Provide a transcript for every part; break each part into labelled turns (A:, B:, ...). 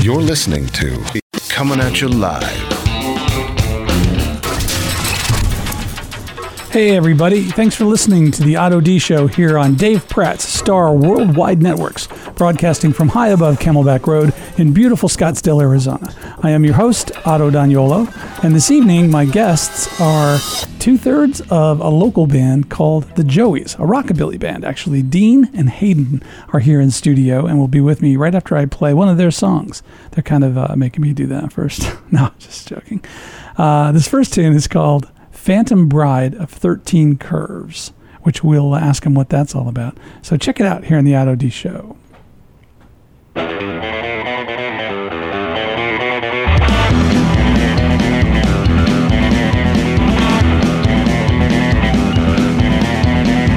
A: You're listening to Coming At You Live.
B: Hey, everybody. Thanks for listening to the Auto D Show here on Dave Pratt's Star Worldwide Networks, broadcasting from high above Camelback Road in beautiful Scottsdale, Arizona. I am your host, Otto Daniolo, and this evening my guests are two thirds of a local band called the Joeys, a rockabilly band. Actually, Dean and Hayden are here in studio and will be with me right after I play one of their songs. They're kind of uh, making me do that first. no, just joking. Uh, this first tune is called Phantom Bride of 13 Curves, which we'll ask him what that's all about. So check it out here on the Auto D Show.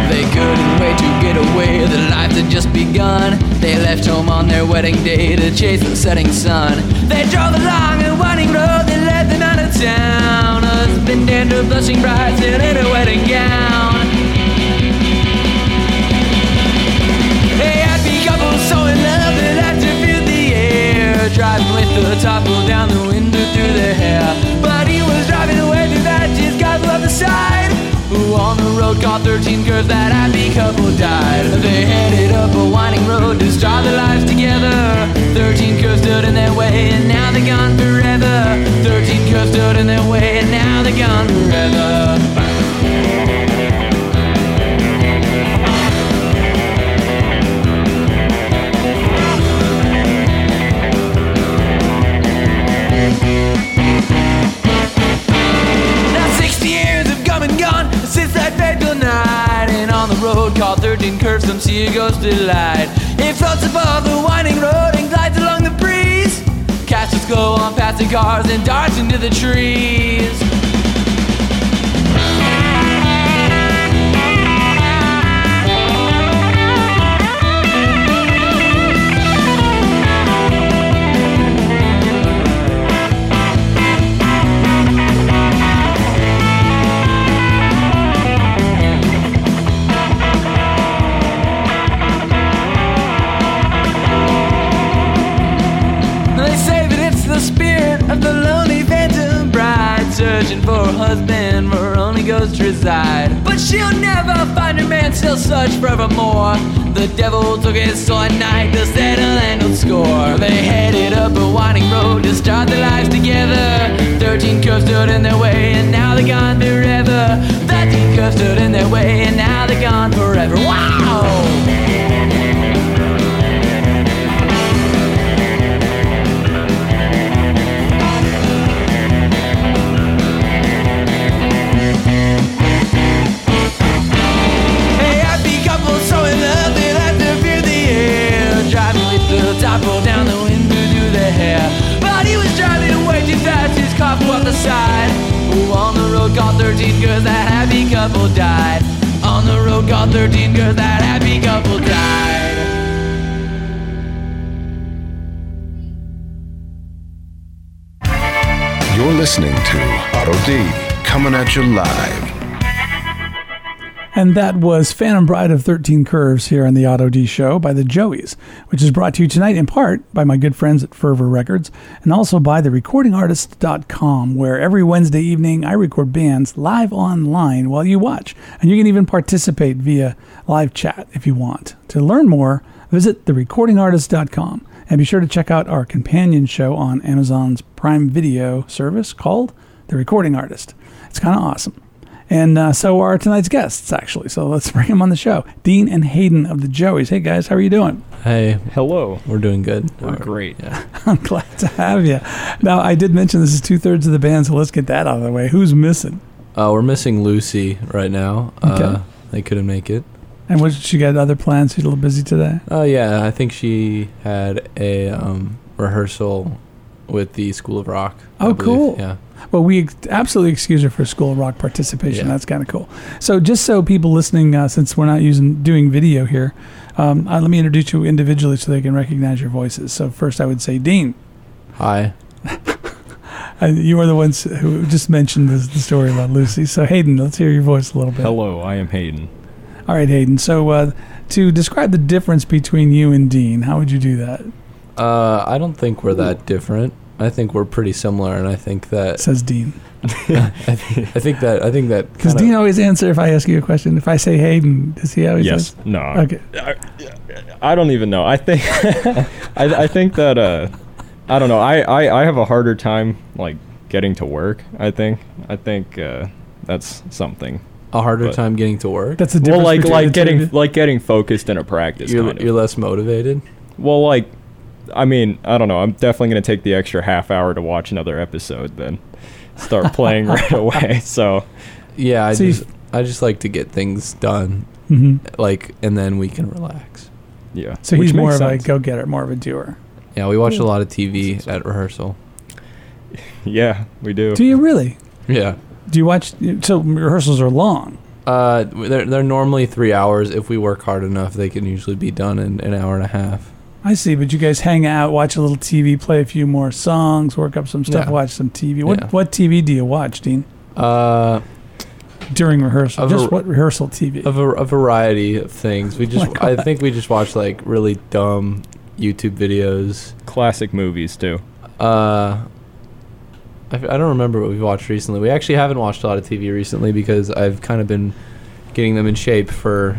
C: They couldn't wait to get away, their lives had just begun. They left home on their wedding day to chase the setting sun. They drove along a winding road that led them out of town. Husband and her blushing brides and in a wedding gown. A happy couple so in love they like to feel the air. Driving with the top pulled down the window through their hair. But he was driving away through that just got left aside. Who on the road caught 13 girls that happy couple died. They headed up a winding road to start their lives together. 13 girls stood in their way and now they're gone forever. 13 girls stood in their way and now they're gone forever. Now 60 years have come and gone since that fateful night. And on the road called 13 curves, some see a ghostly light. It floats above the winding road and glides along the breeze. Casts its glow on passing cars and darts into the trees. They say that it's the spirit of the lonely phantom bride Searching for a husband where only ghosts reside But she'll never find her man, she'll search forevermore The devil took his soul at night to settle and old score They headed up a winding road to start their lives together Thirteen curves stood in their way and now they're gone forever Thirteen curves stood in their way and now they're gone forever Wow! Hey, happy couple, so in love they like to feel the air. Driving with the top roll down the window through their hair. But he was driving way too fast, his car flew off the side. Ooh, on the road called 13 girls, that happy couple died. On the road called 13 girls, that happy couple died.
A: You're listening to Auto D Coming At You Live.
B: And that was Phantom Bride of 13 Curves here on the Auto D Show by the Joeys, which is brought to you tonight in part by my good friends at Fervor Records and also by therecordingartist.com, where every Wednesday evening I record bands live online while you watch. And you can even participate via live chat if you want. To learn more, visit therecordingartist.com and be sure to check out our companion show on Amazon's Prime Video service called The Recording Artist. It's kind of awesome. And uh, so are tonight's guests, actually. So let's bring them on the show. Dean and Hayden of the Joeys. Hey, guys, how are you doing?
D: Hey,
E: Hello.
D: we're doing good.
E: We're great. Yeah.
B: I'm glad to have you. Now, I did mention this is two thirds of the band, so let's get that out of the way. Who's missing?
D: Uh, we're missing Lucy right now. Uh, they couldn't make it.
B: And what, she got other plans? She's a little busy today.
D: Oh yeah, I think she had a um, rehearsal with the School of Rock. I
B: Oh,
D: believe.
B: cool.
D: Yeah.
B: Well, we ex- absolutely excuse her for school rock participation.
D: Yeah.
B: That's kind of cool. So, just so people listening, uh, since we're not using doing video here, um, uh, let me introduce you individually so they can recognize your voices. So, first, I would say, Dean,
D: Hi.
B: Uh, you are the ones who just mentioned this, the story about Lucy. So Hayden, let's hear your voice a little bit.
E: Hello, I am Hayden.
B: All right, Hayden. So uh, to describe the difference between you and Dean, how would you do that?
D: Uh, I don't think we're that different. I think we're pretty similar, and I think that
B: Says Dean.
D: I, think, I think that I think that
B: Because
D: kinda-
B: Dean always answer if I ask you a question. If I say Hayden, does he always?
E: Yes.
B: answer?
E: No.
B: Okay.
E: I don't even know. I think I, I think that uh I don't know. I, I I have a harder time like getting to work. I think I think uh that's something.
D: a harder
E: but-
D: time getting to work.
B: That's the difference.
E: Well, like
B: between the
E: like
B: two of
E: getting
B: you.
E: like getting focused in a practice.
D: you're,
E: kind of.
D: you're less motivated.
E: Well, like I mean, I don't know. I'm definitely gonna take the extra half hour to watch another episode, then start playing right away. So
D: Yeah, I
B: So you-
D: just I just like to get things done,
B: Mhm.
D: like, and then we can relax.
E: yeah.
B: So
E: Which
B: he's more
E: makes
B: of a
E: sense.
B: go getter, more of a doer.
D: Yeah, we watch a lot of TV at rehearsal.
E: yeah. We do.
B: Do you really?
D: Yeah.
B: Do you watch? So rehearsals are long.
D: Uh, they're, they're normally three hours. If we work hard enough, they can usually be done in an hour and a half.
B: I see, but you guys hang out, watch a little TV, play a few more songs, work up some stuff,
D: Yeah.
B: watch some TV. What
D: Yeah.
B: what TV do you watch, Dean?
D: Uh,
B: During rehearsal,
D: Of
B: just
D: a-
B: what rehearsal TV?
D: a, var- a variety of things.
B: Oh
D: We just, I think we just watch like really dumb YouTube videos.
E: Classic movies too.
D: Uh, I, f- I don't remember what we've watched recently. We actually haven't watched a lot of TV recently because I've kind of been getting them in shape for.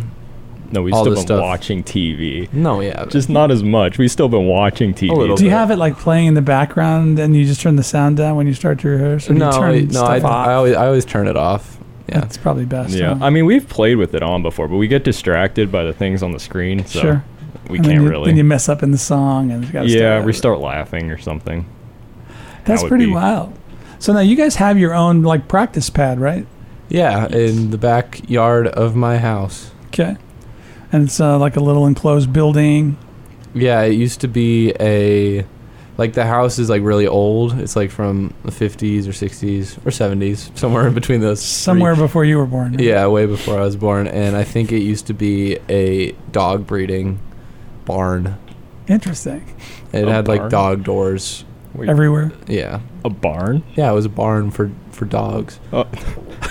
E: No, we've
D: All
E: still
D: this
E: been
D: stuff.
E: watching TV.
D: No, yeah.
E: Just not as much. We've still been watching TV.
D: A little
B: do you
D: bit.
B: have it like playing in the background and you just turn the sound down when you start your rehearsal?
D: no,
B: you turn
D: I- no. I,
B: stuff off?
D: I always, I always turn it off. Yeah.
B: That's probably best.
E: Yeah,
B: huh?
E: I mean we've played with it on before, but we get distracted by the things on the screen, so
B: sure.
E: we
B: And then
E: can't
B: you-
E: really.
B: Then you mess up in the song and you gotta start
E: yeah,
B: over.
E: we start laughing or something.
B: That's
E: would
B: pretty
E: be-
B: wild. So now you guys have your own like practice pad, right?
D: Yeah, in the backyard of my house.
B: Okay. And it's uh, like a little enclosed building.
D: Yeah, it used to be a like the house is like really old. It's like from the 50s or 60s or 70s, somewhere in between those. three.
B: Somewhere before you were born. right?
D: Yeah, way before I was born, and I think it used to be a dog breeding barn.
B: Interesting.
D: It
E: A
D: had
E: barn?
D: like dog doors.
B: Everywhere.
D: Yeah.
E: A barn?
D: Yeah, it was a barn for for dogs.
E: Oh.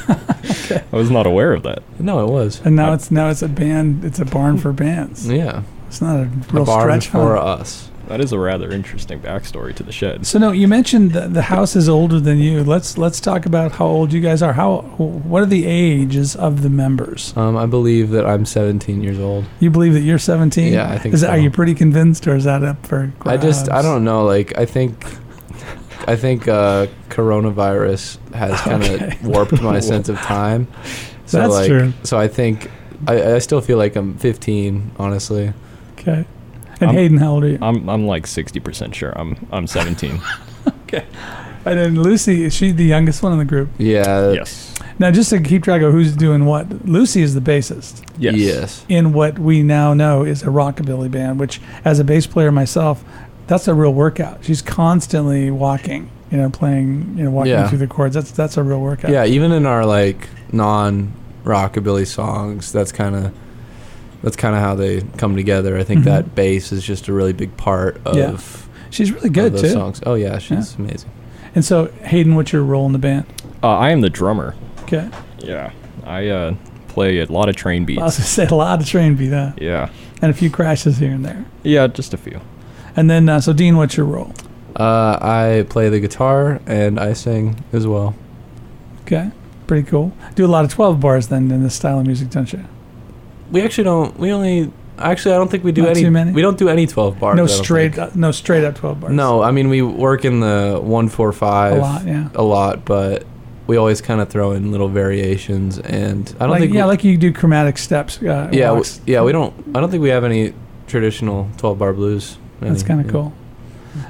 E: I was not aware of that.
D: No, it was.
B: And now
E: I-
B: it's now it's a band. It's a barn for bands.
D: Yeah.
B: It's not a real
D: a barn
B: stretch. huh?
D: for us.
E: That is a rather interesting backstory to the sheds.
B: So no, you mentioned the, the house is older than you. Let's let's talk about how old you guys are. How what are the ages of the members?
D: Um, I believe that I'm 17 years old.
B: You believe that you're 17?
D: Yeah, I think
B: Is that,
D: so.
B: Are you pretty convinced, or is that up for?
D: I
B: Grabs?
D: just I don't know. Like I think I think uh, coronavirus has kind of
B: Okay.
D: warped my sense of time. So
B: That's
D: like,
B: true.
D: So I think I, I still feel like I'm 15. Honestly,
B: Okay. And
E: I'm-
B: Hayden, how old are you?
E: I'm I'm like 60% sure I'm I'm 17.
B: And then Lucy, is she the youngest one in the group?
D: yeah.
E: yes.
B: Now, just to keep track of who's doing what, Lucy is the bassist.
E: Yes.
D: Yes.
B: in what we now know is a rockabilly band, which as a bass player myself, that's a real workout. She's constantly walking, you know, playing, you know, walking
D: Yeah.
B: through the chords. That's that's a real workout.
D: Yeah. Even in our like non rockabilly songs, that's kind of that's kind of how they come together. I think
B: Mhm.
D: that bass is just a really big part of.
B: Yeah.
D: of
B: She's really good
D: those
B: too.
D: songs. Oh yeah, she's amazing.
B: And so Hayden, what's your role in the band?
E: Uh, I am the drummer.
B: Okay.
E: Yeah. I uh, play a lot of train
B: I
E: beats.
B: was gonna say a lot of train beat huh?
E: Yeah.
B: And a few crashes here and there.
E: Yeah, just a few.
B: And then uh, so Dean, what's your role?
D: Uh, I play the guitar and I sing as well.
B: Okay. Pretty cool. Do a lot of twelve bars then in this style of music, don't you?
D: We actually don't. We only. Actually, I don't think we do
B: Not
D: any.
B: too many?
D: We don't do any twelve bars.
B: no
D: I don't
B: straight
D: think.
B: up, no straight up twelve bars.
D: No, I mean we work in the one four
B: A
D: five
B: lot, yeah.
D: a lot, but we always kind of throw in little variations, and I don't
B: like,
D: think.
B: yeah,
D: we,
B: like you do chromatic steps. Uh,
D: yeah, we,
B: walks.
D: yeah. We don't. I don't think we have any traditional twelve bar blues.
B: That's
D: any,
B: kind of
D: yeah.
B: cool.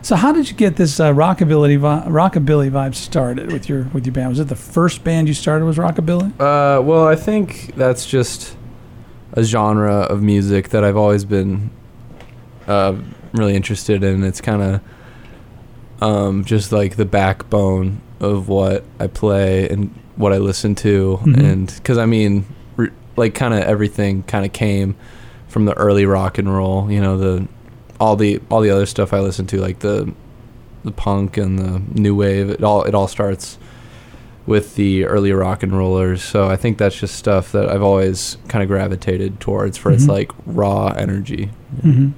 B: So, how did you get this uh, rockabilly vi- rockabilly vibe started with your with your band? Was it the first band you started was rockabilly?
D: Uh, well, I think that's just a genre of music that I've always been uh, really interested in. It's kind of um, just like the backbone of what I play and what I listen to,
B: Mhm.
D: and because I mean, re- like kind of everything kind of came from the early rock and roll. You know, the all the all the other stuff I listen to, like the the punk and the new wave. It all it all starts with the early rock and rollers. So I think that's just stuff that I've
B: Mm-hmm.
D: always kind of gravitated towards for its
B: Mhm.
D: like raw energy.
B: Mm-hmm.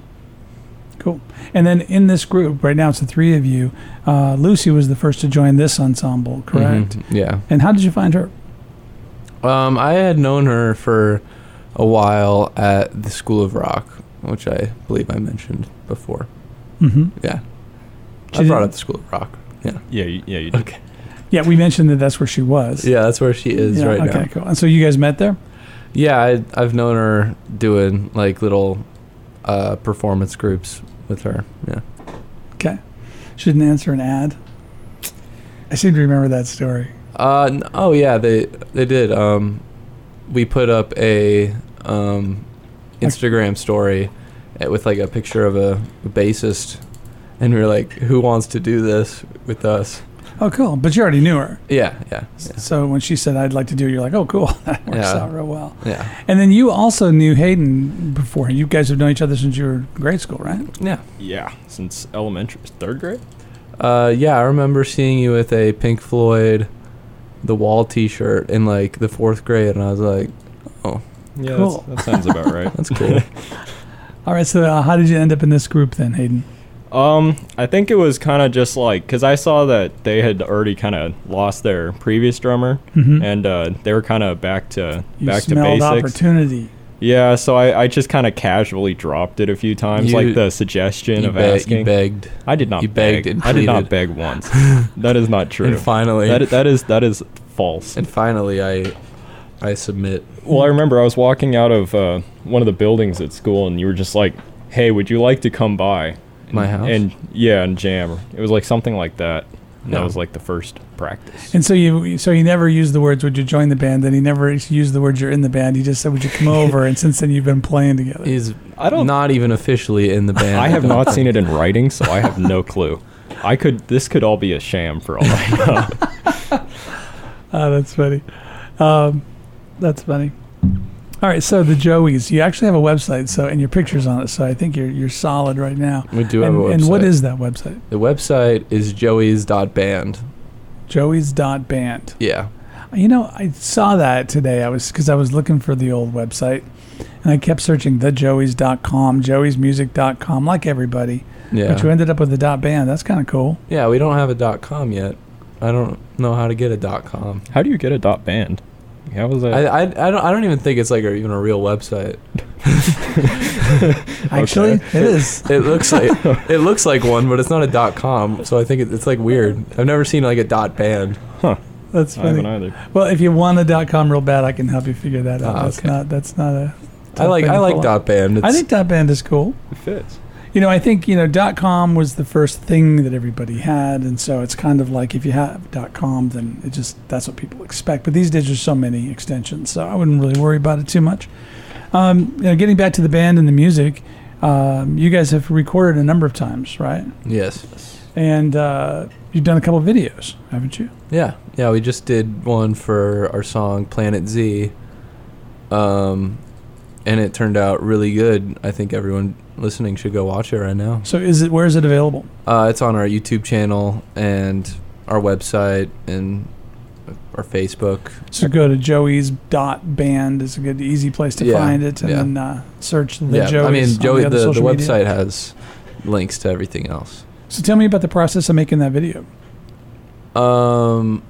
B: Cool. And then in this group, right now it's the three of you. Uh, Lucy was the first to join this ensemble, correct?
D: Mhm, Yeah.
B: And how did you find her?
D: Um, I had known her for a while at the School of Rock, which I believe I mentioned before.
B: Mm-hmm.
D: Yeah.
B: She
D: I brought
B: did-
D: up the School of Rock.
E: Yeah, you, yeah, you did.
D: Okay.
B: Yeah, we mentioned that that's where she was.
D: Yeah, that's where she is
B: Yeah,
D: right
B: okay,
D: now.
B: cool. And so you guys met there?
D: Yeah, I, I've known her doing like little uh, performance groups with her. Yeah.
B: Okay. She didn't answer an ad. I seem to remember that story.
D: Uh, n- oh yeah, they they did. Um, we put up a um, Instagram story uh, with like a picture of a, a bassist, and we were like, "Who wants to do this with us?"
B: Oh, cool. But you already knew her.
D: Yeah, yeah, yeah.
B: So when she said, I'd like to do it, you're like, oh, cool. that works
D: Yeah.
B: out real well.
D: yeah.
B: And then you also knew Hayden before. You guys have known each other since you were in grade school, right?
D: yeah.
E: Yeah, since elementary, third grade.
D: Uh, yeah, I remember seeing you with a Pink Floyd, The Wall T-shirt in like the fourth grade, and I was like,
E: Yeah,
B: Cool.
E: that's, that sounds about right.
D: "That's cool."
B: All right. So uh, how did you end up in this group then, Hayden?
E: Um, I think it was kind of just like because I saw that they had already kind of lost their previous drummer,
B: Mhm.
E: and uh, they were kind of back to
B: You
E: back to
B: smelled
E: basics.
B: opportunity.
E: Yeah, so I, I just kind of casually dropped it a few times,
D: You-
E: like the suggestion
D: you,
E: of
D: be- you
E: asking.
D: begged,
E: I did not.
D: you
E: beg.
D: begged and
E: I did not beg
D: pleaded.
E: once. that is not true.
D: and finally,
E: That i- that is that is false.
D: and finally, I, I submit.
E: Well, I remember I was walking out of uh, one of the buildings at school, and you were just like, "Hey, would you like to come by?"
D: My house?
E: And yeah, and jam. It was like something like that. And That
D: Yeah.
E: was like the first practice.
B: And so you, so he never used the words "Would you join the band?" Then he never used the words "You're in the band." He just said, "Would you come over?" And since then, you've been playing together.
D: He's
E: I don't-
D: not even officially in the band.
E: I have
D: don't
E: not
D: think.
E: seen it in writing, so I have no clue. I could. This could all be a sham for all I know.
B: Oh, that's funny. Um, that's funny. All right, so the Joeys, you actually have a website, so and your pictures on it, so I think you're you're solid right now.
D: We do have
B: and,
D: a website.
B: and what is that website?
D: the website? Is joeys.band.
B: Joeys.band.
D: Yeah.
B: You know, I saw that today. I was because I was looking for the old website, and I kept searching thejoeys.com, joeysmusic.com, like everybody. But you
D: Yeah.
B: ended up with a dot band. That's kind of cool.
D: Yeah, we don't have a dot com yet. I don't know how to get a dot com.
E: How do you get a dot band? How was that?
D: I, I, I don't I don't even think it's like a, even a real website.
B: Actually, it is.
D: It looks like it looks like one, but it's not a dot com. So I think it, it's like weird. I've never seen like a dot band.
B: That's
E: I haven't
B: funny.
E: either.
B: Well, if you want a dot com real bad, I can help you figure that out.
D: Ah,
B: that's
D: okay.
B: not. That's not a.
D: I like I like dot band. It's,
B: I think dot band is cool.
E: It fits.
B: You know, I think you know dot com was the first thing that everybody had, and so it's kind of like if you have dot com, then it just that's what people expect. But these days there's so many extensions, so I wouldn't really worry about it too much. Um, you know, getting back to the band and the music, um, you guys have recorded a number of times, right?
D: yes.
B: And uh, you've done a couple of videos, haven't you?
D: Yeah, yeah, we just did one for our song Planet Z, um, and it turned out really good. I think everyone listening should go watch it right now.
B: So is it where is it available?
D: Uh, it's on our YouTube channel and our website and our Facebook.
B: So go to Joey's dot band is a good easy place to
D: Yeah,
B: find it, and
D: yeah.
B: then uh, search the
D: yeah,
B: Joey's.
D: I mean,
B: on
D: Joey,
B: the, other
D: the, the,
B: social media.
D: website has links to everything else.
B: So tell me about the process of making that video.
D: Um,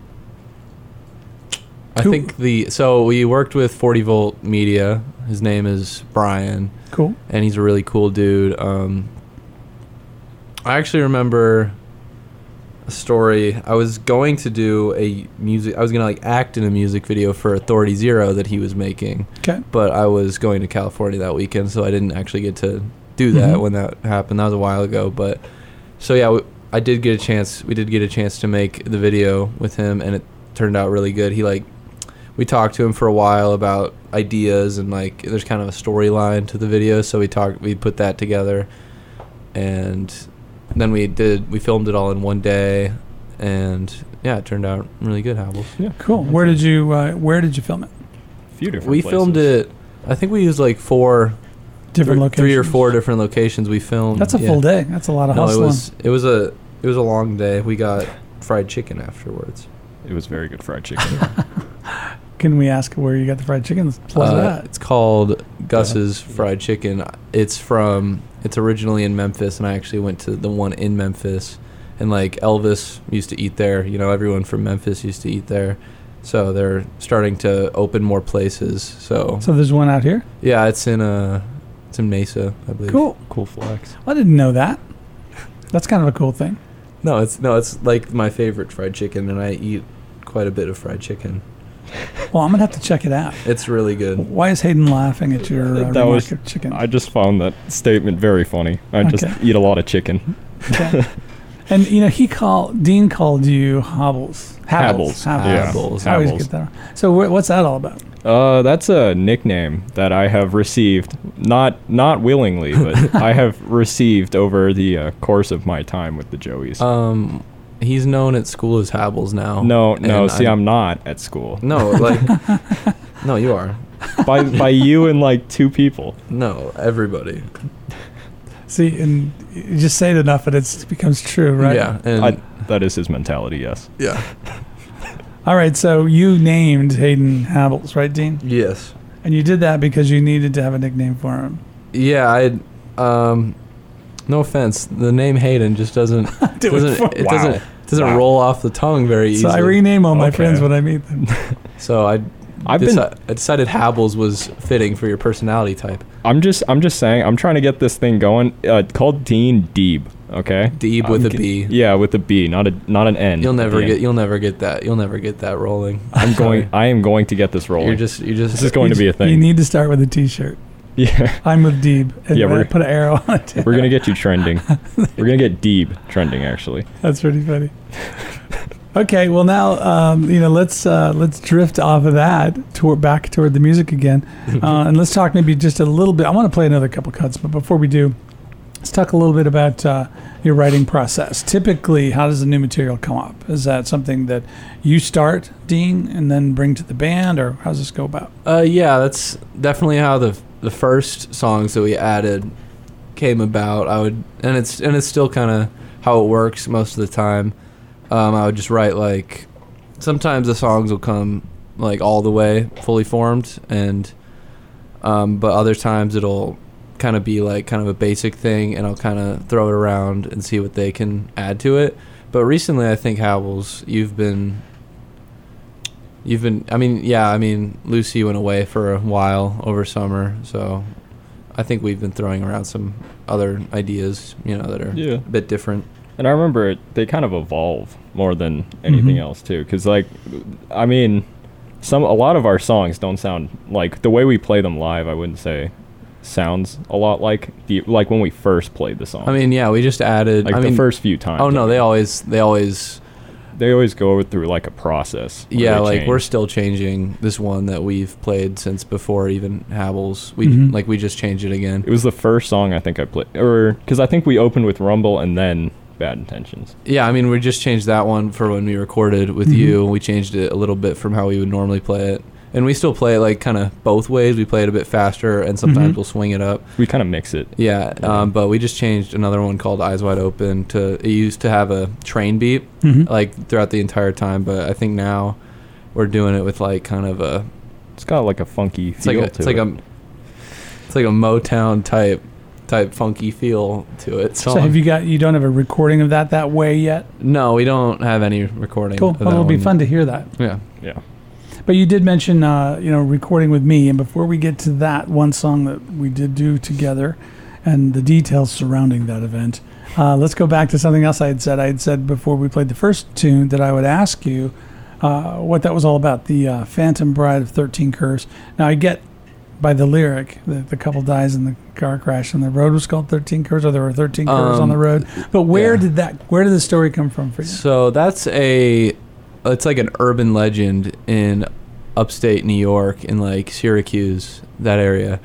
D: I
B: Who-
D: think the so we worked with Forty Volt Media. His name is Brian.
B: Cool.
D: and he's a really cool dude. Um, I actually remember a story. I was going to do a music. I was gonna like act in a music video for Authority Zero that he was making,
B: Okay.
D: but I was going to California that weekend, so I didn't actually get to do that
B: Mhm.
D: when that happened. That was a while ago, but so yeah, we, I did get a chance. We did get a chance to make the video with him, and it turned out really good. He like we talked to him for a while about ideas and like there's kind of a storyline to the video, so we talked we put that together, and then we did we filmed it all in one day, and yeah, it turned out really good. Howells.
B: Cool. Where did you uh, Where did you film it?
E: A few different.
D: We
E: places.
D: filmed it. I think we used like four
B: Different
D: three,
B: locations.
D: three or four different locations we filmed.
B: That's a
D: yeah.
B: full day. That's a lot of
D: No, it
B: hustling.
D: was it was a it was a long day. We got fried chicken afterwards.
E: It was very good fried chicken.
B: Can we ask where you got the fried chicken? Let's plug
D: Uh,
B: that.
D: It's called Gus's Fried Chicken. It's from It's originally in Memphis, and I actually went to the one in Memphis, and like Elvis used to eat there. You know, everyone from Memphis used to eat there. So they're starting to open more places. So,
B: So there's one out here.
D: yeah, it's in uh, it's in Mesa, I believe.
B: Cool.
E: Cool flex.
B: I didn't know that. That's kind of a cool thing.
D: No, it's no, it's like my favorite fried chicken, and I eat quite a bit of fried chicken.
B: Well, I'm gonna have to check it out.
D: It's really good.
B: Why is Hayden laughing at your uh,
E: That
B: remark
E: was-
B: of chicken?
E: I just found that statement very funny. I just
B: Okay.
E: eat a lot of chicken.
B: Okay. and you know, he called Dean called you Hobbles.
E: Habbles.
B: Habbles.
E: Yeah.
D: Habbles.
B: I always
E: Habbles.
B: get that. Wrong. So wh- what's that all about?
E: Uh, that's a nickname that I have received, not not willingly, but I have received over the uh, course of my time with the Joeys.
D: Um, he's known at school as Habbles now.
E: no,
D: and
E: no. See, I'm, not at school.
D: no like no, you are
E: by by you and like two people.
D: no everybody.
B: See, and you just say it enough, and it becomes true, right?
D: Yeah, and
E: I, that is his mentality. Yes.
D: yeah,
B: All right. So you named Hayden Habbles, right, Dean?
D: yes,
B: And you did that because you needed to have a nickname for him.
D: yeah. I um, no offense, the name Hayden just doesn't
B: Do it
D: doesn't
B: for-
D: it
E: Wow.
D: doesn't doesn't
E: Wow.
D: roll off the tongue very
B: So
D: easily.
B: I rename all my
E: Okay.
B: friends when I meet them.
D: So I
E: I've
D: deci-
E: been.
D: I decided Habbles was fitting for your personality type.
E: I'm just. I'm just saying. I'm trying to get this thing going. Uh, called Dean Deeb. Okay.
D: Deeb with
E: I'm
D: a
E: g-
D: B.
E: Yeah, with a B, not a not an N.
D: You'll
E: at
D: never
E: the
D: get
E: end.
D: you'll never get that. You'll never get that rolling.
E: I'm going. I am going to get this rolling.
D: You're just you just
E: This is going to be a
B: You
E: thing.
B: need to start with a T-shirt.
E: yeah.
B: I'm with Deeb, and
E: Yeah,
B: yeah,
E: we're-
B: put an arrow on it.
E: We're gonna get you trending. We're gonna get Deeb trending actually.
B: That's pretty funny. okay, well now um, you know. Let's uh, let's drift off of that toward back toward the music again, uh, and let's talk maybe just a little bit. I want to play another couple cuts, but before we do, let's talk a little bit about uh, your writing process. Typically, how does the new material come up? Is that something that you start, Dean, and then bring to the band, or how does this go about?
D: Uh, yeah, that's definitely how the the first songs that we added came about. I would, and it's and it's still kind of how it works most of the time. Um, I would just write like sometimes the songs will come like all the way fully formed, and um, but other times it'll kind of be like kind of a basic thing, and I'll kind of throw it around and see what they can add to it. But recently, I think Howells, you've been You've been, I mean, yeah, I mean, Lucy went away for a while over summer, so I think we've been throwing around some other ideas, you know, that are
E: Yeah.
D: a bit different.
E: And I remember it, they kind of evolve more than anything
D: Mm-hmm.
B: Mhm.
E: else too, because like, I mean, some a lot of our songs don't sound like the way we play them live. I wouldn't say sounds a lot like the like when we first played the song.
D: I mean, yeah, we just added.
E: like
D: I
E: the
D: mean,
E: first few times.
D: Oh no,
E: I
D: they
E: mean.
D: always, they always,
E: they always go through like a process. where
D: yeah,
E: they
D: like
E: change.
D: we're still changing this one that we've played since before even Habbles. We
B: Mhm.
D: like we just changed it again.
E: It was the first song I think I played, or because I think we opened with Rumble and then Bad Intentions.
D: Yeah, I mean, we just changed that one for when we recorded with
B: Mhm.
D: you. We changed it a little bit from how we would normally play it. And we still play it like kind of both ways. We play it a bit faster, and sometimes
B: Mhm.
D: we'll swing it up.
E: We kind of mix it.
D: Yeah, um, but we just changed another one called Eyes Wide Open to it used to have a train beat
B: Mm-hmm.
D: like throughout the entire time, but I think now we're doing it with like kind of a
E: It's got like a funky
D: it's like
E: feel
D: a,
E: to
D: it's like
E: it.
D: a it's like a Motown type type funky feel to it.
B: So have you got you don't have a recording of that that way yet?
D: No, we don't have any recording.
B: Cool.
D: of
B: Well,
D: uh, that
B: it'll be
D: one.
B: fun to hear that.
D: Yeah.
E: yeah.
B: But you did mention, uh, you know, recording with me, and before we get to that one song that we did do together, and the details surrounding that event, uh, let's go back to something else I had said. I had said before we played the first tune that I would ask you uh, what that was all about. The uh, Phantom Bride of Thirteen Curves. Now I get by the lyric that the couple dies in the car crash, and the road was called Thirteen Curves, or there were thirteen curves on
D: Um,
B: the road. But where
D: yeah.
B: did that? Where did the story come from for you?
D: So that's a it's like an urban legend in upstate New York in like Syracuse that area.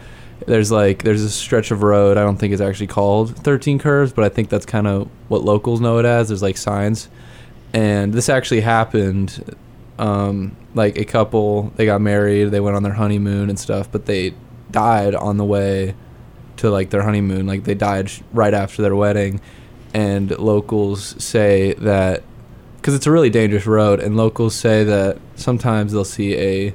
D: There's like there's a stretch of road I don't think it's actually called 13 curves, but I think that's kind of what locals know it as. There's like signs. And this actually happened um like a couple they got married, they went on their honeymoon and stuff, but they died on the way to like their honeymoon. Like they died sh- right after their wedding, and locals say that because it's a really dangerous road, and locals say that sometimes they'll see a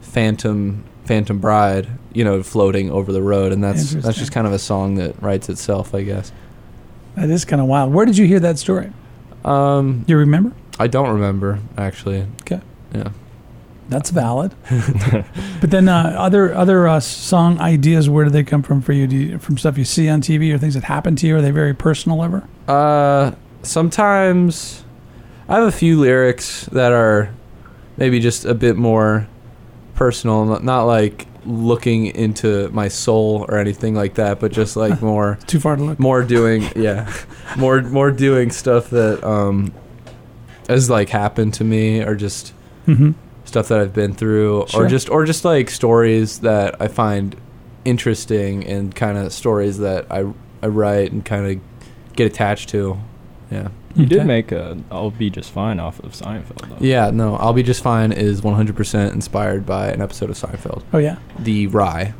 D: phantom phantom bride you know, floating over the road, and that's that's
B: Interesting.
D: just kind of a song that writes itself, I guess.
B: That is kind of wild. Where did you hear that story?
D: Um,
B: You remember?
D: I don't remember actually.
B: Okay.
D: Yeah.
B: That's valid. but then uh, other other uh, song ideas, where do they come from for you? Do you? From stuff you see on TV or things that happen to you? Are they very personal ever?
D: Uh, sometimes I have a few lyrics that are maybe just a bit more personal, not, not like looking into my soul or anything like that, but just like more
B: Too far to look.
D: more doing yeah, more more doing stuff that um has like happened to me or just
E: Mm-hmm.
B: hmm
D: stuff that I've been through
B: Sure.
D: or just or just like stories that I find interesting and kind of stories that I I write and kind of get attached to. Yeah.
E: You did make a I'll be just fine off of Seinfeld though.
D: Yeah, no, I'll be just fine is 100% inspired by an episode of Seinfeld.
B: Oh yeah.
D: The Rye.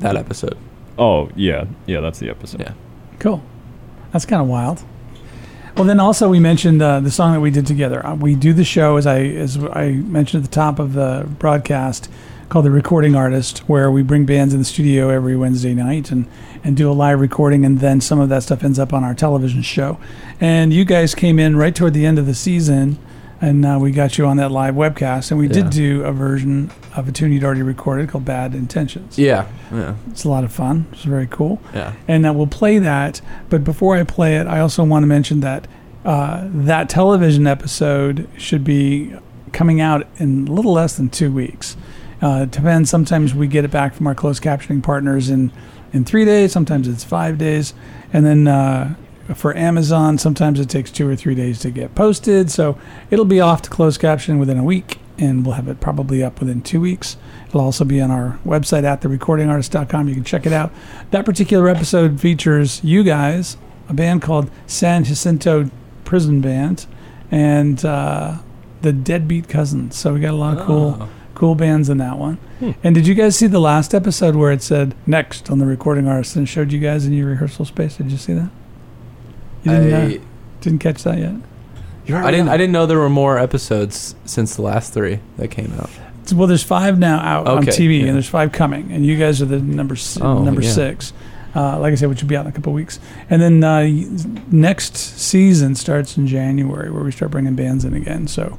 D: That episode.
E: Oh yeah, yeah, that's the episode.
D: Yeah.
B: Cool. That's kind of wild. Well, then also we mentioned uh, the song that we did together. Uh, we do the show as I as I mentioned at the top of the broadcast called the Recording Artist, where we bring bands in the studio every Wednesday night and and do a live recording, and then some of that stuff ends up on our television show. And you guys came in right toward the end of the season. And uh, we got you on that live webcast, and we
D: Yeah.
B: did do a version of a tune you'd already recorded called "Bad Intentions."
D: Yeah. Yeah.
B: It's a lot of fun. It's very cool
D: Yeah.
B: and uh, we'll play that. But before I play it, I also want to mention that uh, that television episode should be coming out in a little less than two weeks. Uh, it depends. Sometimes we get it back from our closed captioning partners in in three days. Sometimes it's five days, and then. Uh, for Amazon, sometimes it takes two or three days to get posted, so it'll be off to closed caption within a week, and we'll have it probably up within two weeks. It'll also be on our website at therecordingartist.com. You can check it out. That particular episode features you guys, a band called San Jacinto Prison Band, and uh, the Deadbeat Cousins. So we got a lot of
D: Ah.
B: cool, cool bands in that one.
D: Hmm.
B: And did you guys see the last episode where it said "next" on the recording artist and showed you guys in your rehearsal space? Did you see that? You didn't, uh,
D: I,
B: didn't catch that yet.
D: I didn't I didn't know there were more episodes since the last 3 that came out.
B: It's- Well, there's five now out on
D: Okay,
B: TV,
D: yeah.
B: and there's five coming, and you guys are the number s-
D: Oh,
B: number
D: yeah.
B: six. Uh, like I said, which will be out in a couple weeks, and then uh, y- next season starts in January, where we start bringing bands in again. So,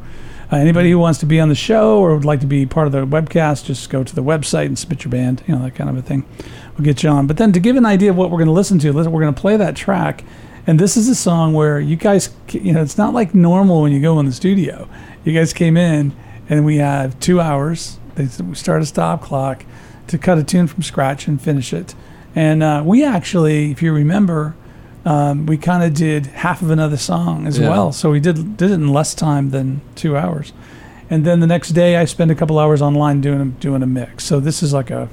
B: uh, anybody who wants to be on the show or would like to be part of the webcast, just go to the website and submit your band, you know that kind of a thing. We'll get you on. But then to give an idea of what we're going to listen to, listen, we're going to play that track, and this is a song where you guys, c- you know, it's not like normal when you go in the studio. You guys came in, and we have two hours. They s- we start a stop clock to cut a tune from scratch and finish it. And uh, we actually, if you remember, um, we kind of did half of another song as
D: Yeah.
B: well. So we did did it in less time than two hours. And then the next day, I spend a couple hours online doing a, doing a mix. So this is like a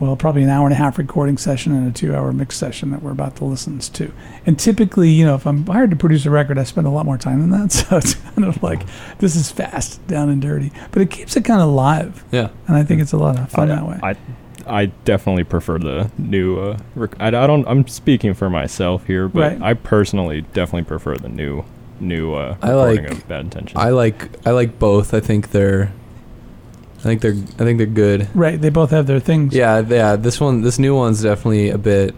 B: well, probably an hour and a half recording session and a two hour mix session that we're about to listen to. And typically, you know, if I'm hired to produce a record, I spend a lot more time than that. So it's kind of like this is fast, down and dirty. But it keeps it kind of live.
D: Yeah.
B: And I think it's a lot of fun that way.
E: I I definitely prefer the new. Uh, rec- I, I don't. I'm speaking for myself here, but
B: Right.
E: I personally definitely prefer the new new uh,
D: I
E: recording
D: like-
E: of Bad Intentions.
D: I like I like both. I think they're I think they're I think they're good.
B: right. They both have their things.
D: Yeah, yeah, this one this new one's definitely a bit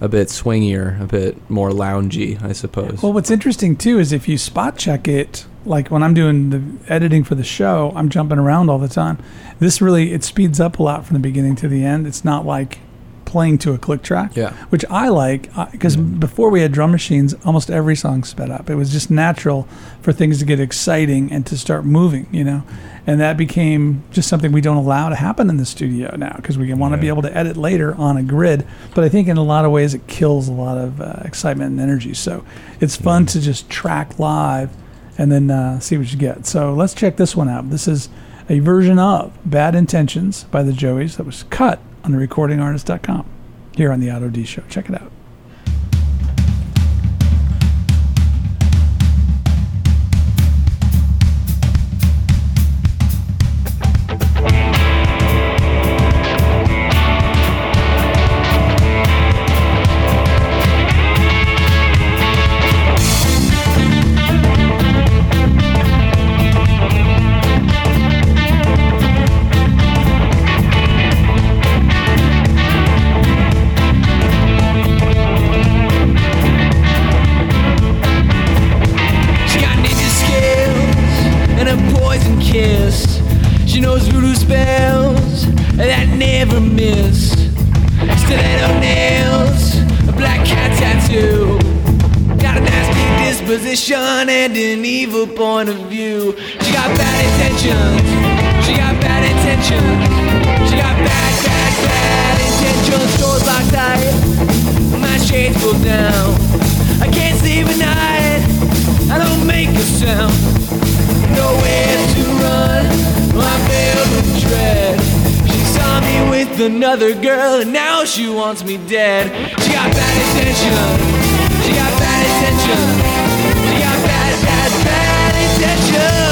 D: a bit swingier, a bit more loungy, I suppose.
B: Well, what's interesting too is if you spot check it, like when I'm doing the editing for the show, I'm jumping around all the time. This really it speeds up a lot from the beginning to the end. It's not like playing to a click track.
D: Yeah.
B: which I like because before we had drum machines, almost every song sped up. It was just natural for things to get exciting and to start moving, you know. And that became just something we don't allow to happen in the studio now because we want to be
E: Yeah.
B: able to edit later on a grid. But I think in a lot of ways it kills a lot of uh, excitement and energy. So it's fun to just track live and then uh, see what you get. So let's check this one out. This is a version of Bad Intentions by the Joeys that was cut on the recordingartist.com here on the Auto D Show. Check it out.
C: position and an evil point of view. She got bad intentions. She got bad intentions. She got bad, bad, bad intentions. Doors locked tight. My shades pulled down. I can't sleep at night. I don't make a sound. Nowhere to run. I failed with dread. She saw me with another girl and now she wants me dead. She got bad intentions. She got bad intentions. She got bad, bad, bad intentions.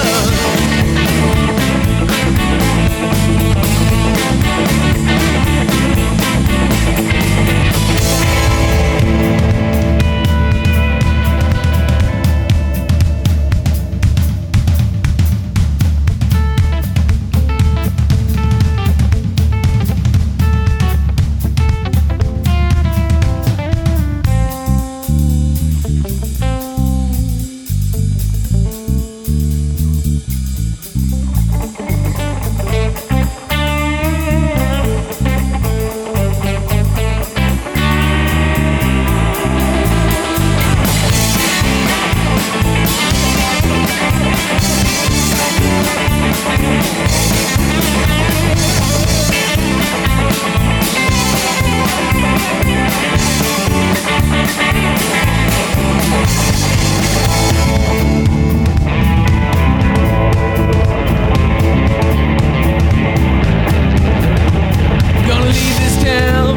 C: Gonna leave this town.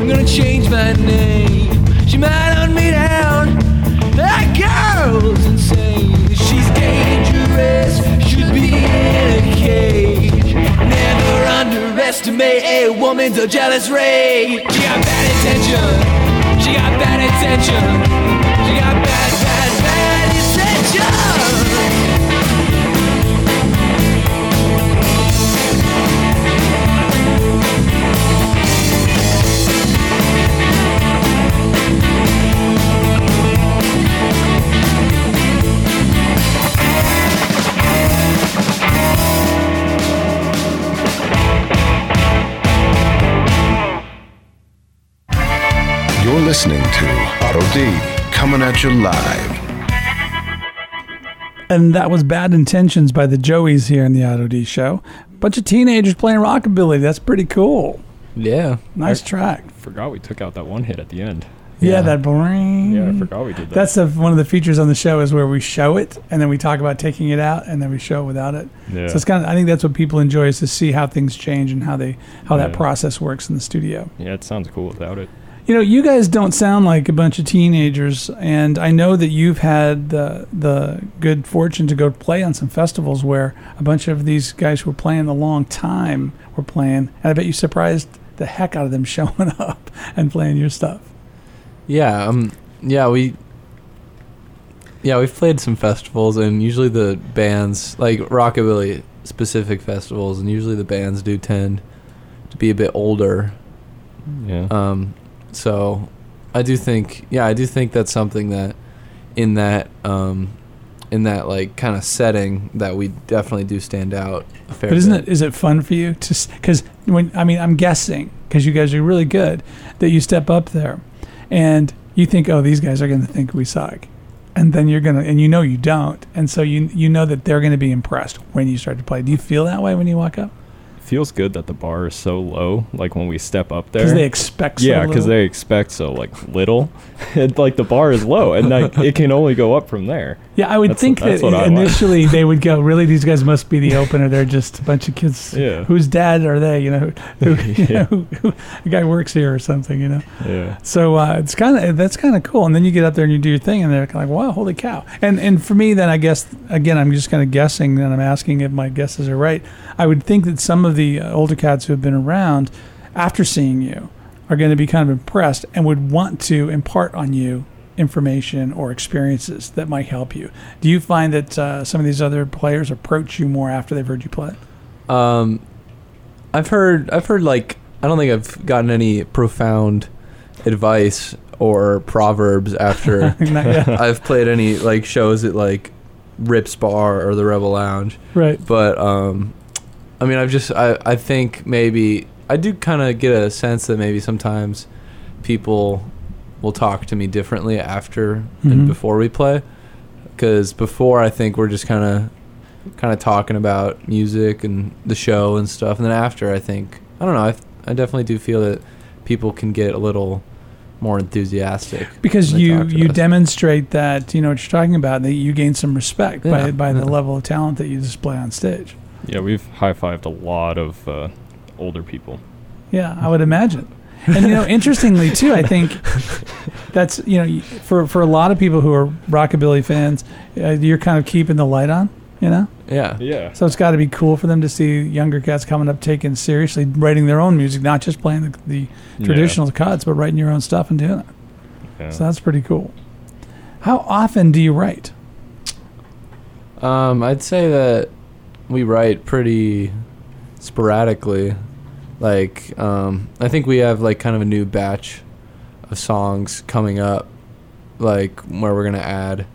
C: I'm gonna change my name. She might hunt me down. That girl's insane. She's dangerous. Should be in a cage. Never underestimate a woman's a jealous rage. She got bad intention. She got bad intention. She got bad, bad, bad intention.
A: You're listening to Auto D coming at you live.
B: And that was Bad Intentions by the Joeys here in the Auto D Show. Bunch of teenagers playing rockabilly. That's pretty cool.
D: Yeah.
B: Nice track.
E: Forgot we took out that one hit at the end.
B: Yeah,
D: Yeah.
B: that boring.
E: Yeah, I forgot we did that.
B: Mm-hmm. That's the, one of the features on the show is where we show it and then we talk about taking it out and then we show without it.
E: Yeah.
B: So it's kind of I think that's what people enjoy is to see how things change and how they how that
E: Yeah.
B: process works in the studio.
E: yeah, it sounds cool without it.
B: You know, you guys don't sound like a bunch of teenagers, and I know that you've had the the good fortune to go play on some festivals where a bunch of these guys who were playing a long time were playing, and I bet you surprised the heck out of them showing up and playing your stuff.
D: Yeah, um yeah, we Yeah, we've played some festivals and usually the bands like rockabilly specific festivals and usually the bands do tend to be a bit older.
E: Yeah.
D: Um so I do think yeah, I do think that's something that in that um in that like kind of setting that we definitely do stand out a fair
B: But isn't
D: bit.
B: it is it fun for you to because when I mean I'm guessing because you guys are really good that you step up there, and you think oh these guys are going to think we suck, and then you're gonna and you know you don't, and so you you know that they're going to be impressed when you start to play. Do you feel that way when you walk up
E: feels good that the bar is so low. Like when we step up there,
B: because they expect so
E: yeah, because
B: little.
E: they expect so like little, and like the bar is low, and like it can only go up from there.
B: yeah I would
E: That's-
B: think
E: that's
B: that
E: what I like.
B: initially they would go really these guys must be the opener they're just a bunch of kids
E: Yeah.
B: whose dad are they you know who, who, you know, who, who the guy works here or something you know
E: Yeah,
B: So uh, it's kind of that's kind of cool. And then you get up there and you do your thing, and they're kinda like, "Wow, holy cow!" And and for me, then I guess again, I'm just kind of guessing, and I'm asking if my guesses are right. I would think that some of the uh, older cats who have been around after seeing you are going to be kind of impressed and would want to impart on you information or experiences that might help you. Do you find that uh, some of these other players approach you more after they've heard you play?
D: Um, I've heard, I've heard like, I don't think I've gotten any profound advice or proverbs after
B: Not yet.
D: I've played any like shows at like Rips Bar or the Rebel Lounge.
B: right.
D: But um, I mean, I've just, I, I think maybe I do kind of get a sense that maybe sometimes people will talk to me differently after
B: Mhm.
D: and before we play. because before I think we're just kind of kind of talking about music and the show and stuff, and then after I think I don't know I I definitely do feel that people can get a little more enthusiastic
B: because
D: when they
B: you
D: talk to
B: you
D: us.
B: demonstrate that you know what you're talking about that you gain some respect by
D: Yeah,
B: by the
D: yeah.
B: level of talent that you display on stage
E: Yeah, we've high fived a lot of uh, older people.
B: yeah i would imagine and you know interestingly too i think that's you know for for a lot of people who are rockabilly fans uh, you're kind of keeping the light on you know
D: yeah
E: Yeah.
B: so it's got to be cool for them to see younger cats coming up taking seriously writing their own music not just playing the, the traditional cuts but writing your own stuff and doing it
E: Yeah.
B: so that's pretty cool how often do you write
D: Um, I'd say that we write pretty sporadically. Like, um, I think we have like kind of a new batch of songs coming up, like where we're gonna add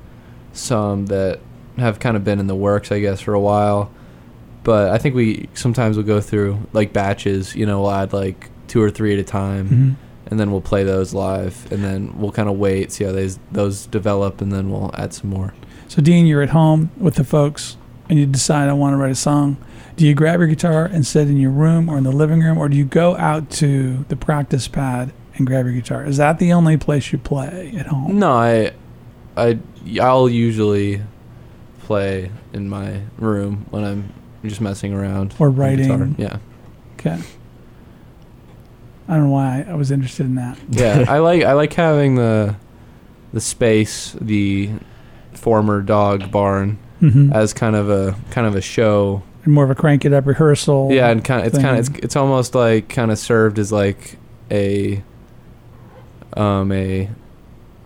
D: some that have kind of been in the works, I guess, for a while. But I think we sometimes we'll go through like batches. You know, we'll add like two or three at a time, and then we'll play those live, and then we'll kind of wait, see how those those develop, and then we'll add some more.
B: So, Dean, you're at home with the folks and you decide, I want to write a song. Do you grab your guitar and sit in your room or in the living room, or do you go out to the practice pad and grab your guitar? Is that the only place you play at home?
D: No, I, I, I'll usually play in my room when I'm just messing around
B: Or
D: with guitar.
B: writing.
D: Yeah,
B: Okay. I don't know why I was interested in that.
D: yeah. I like I like having the, the space, the former dog barn
B: Mm-hmm.
D: as kind of a kind of a show.
B: More of a crank it up rehearsal.
D: Yeah, and kind of, it's kind of
B: thing.
D: it's it's almost like kind of served as like a, um a,